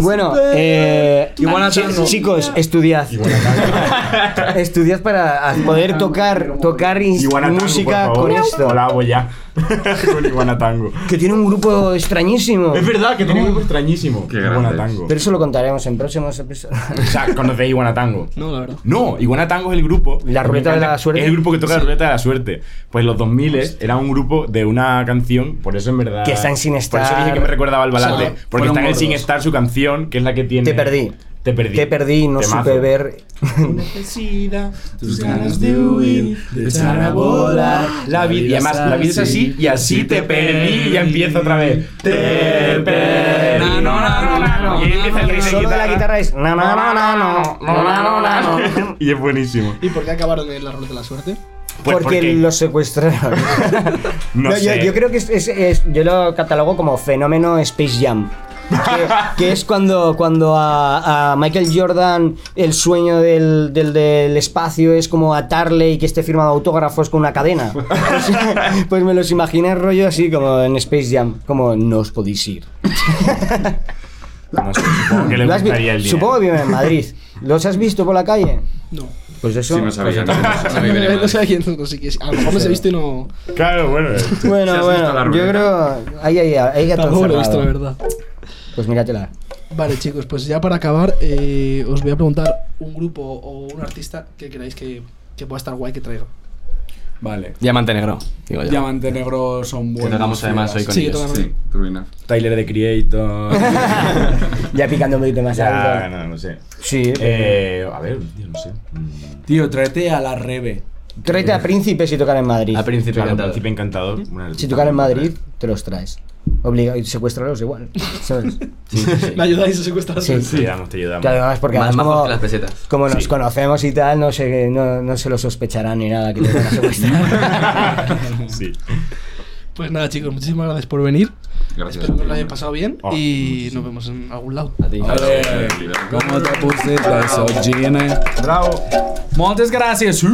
[SPEAKER 5] Bueno, eh,
[SPEAKER 6] Y buena
[SPEAKER 5] chi-
[SPEAKER 6] tarde.
[SPEAKER 5] chicos, estudiad. estudiad para poder tocar, tocar ins-
[SPEAKER 8] Iguanatango,
[SPEAKER 5] música
[SPEAKER 8] por favor.
[SPEAKER 5] con esto.
[SPEAKER 8] Hola, voy ya. con Iguanatango.
[SPEAKER 5] Que tiene un grupo extrañísimo.
[SPEAKER 8] Es verdad que tiene un grupo extrañísimo.
[SPEAKER 4] Qué
[SPEAKER 8] Iguanatango.
[SPEAKER 5] Pero eso lo contaremos en próximos episodios.
[SPEAKER 8] O sea, ¿conocéis Iguanatango?
[SPEAKER 3] No, la verdad.
[SPEAKER 8] No, Iguanatango es el grupo.
[SPEAKER 5] La ruleta
[SPEAKER 8] Me
[SPEAKER 5] de
[SPEAKER 8] encanta.
[SPEAKER 5] la suerte.
[SPEAKER 8] Es el grupo que toca la ruleta de la suerte. Pues los 2000 era un grupo de una canción, por eso en verdad.
[SPEAKER 5] Que están sin
[SPEAKER 8] Por
[SPEAKER 5] estar.
[SPEAKER 8] eso dije que me recordaba al balate.
[SPEAKER 6] O sea, fueron
[SPEAKER 8] porque está en el
[SPEAKER 6] gordos.
[SPEAKER 8] sin estar su canción, que es la que tiene.
[SPEAKER 5] Te perdí.
[SPEAKER 8] Te perdí.
[SPEAKER 5] Te perdí, no
[SPEAKER 8] Temazo.
[SPEAKER 5] supe ver.
[SPEAKER 3] Necesidad,
[SPEAKER 6] Tus ganas de huir, de echar a volar.
[SPEAKER 8] La vida, y además, la vida es así y así te perdí. Y ya empieza otra vez. Te perdí.
[SPEAKER 6] Na, no, na, no, na, no.
[SPEAKER 8] Y empieza el riff de
[SPEAKER 5] Solo de la guitarra es. Na, na, na, na, no. Na, na, no, na, no.
[SPEAKER 8] Y es buenísimo.
[SPEAKER 3] ¿Y por qué acabaron en la ruleta de la suerte?
[SPEAKER 8] Pues
[SPEAKER 5] porque los secuestraron.
[SPEAKER 8] No
[SPEAKER 5] yo,
[SPEAKER 8] sé.
[SPEAKER 5] yo creo que es, es- es- yo lo catalogo como fenómeno Space Jam. Que, que es cuando, cuando a, a Michael Jordan el sueño del, del, del espacio es como atarle y que esté firmado autógrafos con una cadena. Pues, pues me los imaginé rollo así como en Space Jam, como no os podéis ir.
[SPEAKER 8] No sé, supongo que le
[SPEAKER 5] Lo has vi-
[SPEAKER 8] gustaría el dinero.
[SPEAKER 5] supongo que viven en Madrid. ¿Los has visto por la calle?
[SPEAKER 3] No.
[SPEAKER 5] Pues eso.
[SPEAKER 4] Sí, me sabía. no, no, no, no, no,
[SPEAKER 3] No sé a quién, no sé quién es. A lo mejor los he visto y no.
[SPEAKER 8] Claro, bueno. eh.
[SPEAKER 4] Se
[SPEAKER 5] Bueno,
[SPEAKER 4] has visto la
[SPEAKER 5] bueno, yo
[SPEAKER 4] ruleta.
[SPEAKER 5] creo. Ahí, ahí, ahí gato
[SPEAKER 3] Tampoco lo he visto, la
[SPEAKER 5] encerrado.
[SPEAKER 3] verdad.
[SPEAKER 5] Pues míratela.
[SPEAKER 3] Vale, chicos, pues ya para acabar, eh, os voy a preguntar un grupo o un artista que creáis que, que pueda estar guay que traiga.
[SPEAKER 6] Vale.
[SPEAKER 7] Diamante negro. Digo yo.
[SPEAKER 6] Diamante negro son buenos.
[SPEAKER 7] tocamos además
[SPEAKER 6] fieras.
[SPEAKER 7] hoy con
[SPEAKER 3] Sí, que
[SPEAKER 7] ellos.
[SPEAKER 3] tocan-
[SPEAKER 4] Sí, true enough.
[SPEAKER 8] Tyler de Creator.
[SPEAKER 5] Ya picando un poquito más
[SPEAKER 8] ya,
[SPEAKER 5] alto.
[SPEAKER 8] no, no sé.
[SPEAKER 5] Sí.
[SPEAKER 8] Eh, a ver, tío, no sé. Mm,
[SPEAKER 6] Tío, tráete a la Rebe.
[SPEAKER 5] Tráete a príncipes si tocan en Madrid.
[SPEAKER 7] A Príncipe
[SPEAKER 8] claro,
[SPEAKER 7] Encantador.
[SPEAKER 8] Príncipe Encantador. una-
[SPEAKER 5] Si tocan en Madrid, te los traes. Obliga y secuestrarlos igual. ¿sabes?
[SPEAKER 3] ¿Me ayudáis a secuestrar a
[SPEAKER 5] Sí.
[SPEAKER 8] Te ayudamos, te ayudamos.
[SPEAKER 5] Que además, porque
[SPEAKER 7] Más
[SPEAKER 5] además
[SPEAKER 7] majos
[SPEAKER 5] como,
[SPEAKER 7] que las pesetas.
[SPEAKER 5] como nos
[SPEAKER 8] Sí.
[SPEAKER 5] conocemos y tal, no se, no, no se lo sospecharán ni nada que te van a secuestrar.
[SPEAKER 8] sí.
[SPEAKER 3] Pues nada, chicos, muchísimas gracias por venir.
[SPEAKER 4] Gracias.
[SPEAKER 3] Espero que os lo hayáis pasado bien
[SPEAKER 8] Ah,
[SPEAKER 3] y nos vemos en algún lado.
[SPEAKER 7] A ti.
[SPEAKER 6] Como te puse las origines.
[SPEAKER 8] Bravo.
[SPEAKER 6] Muchas gracias. ¡Sí!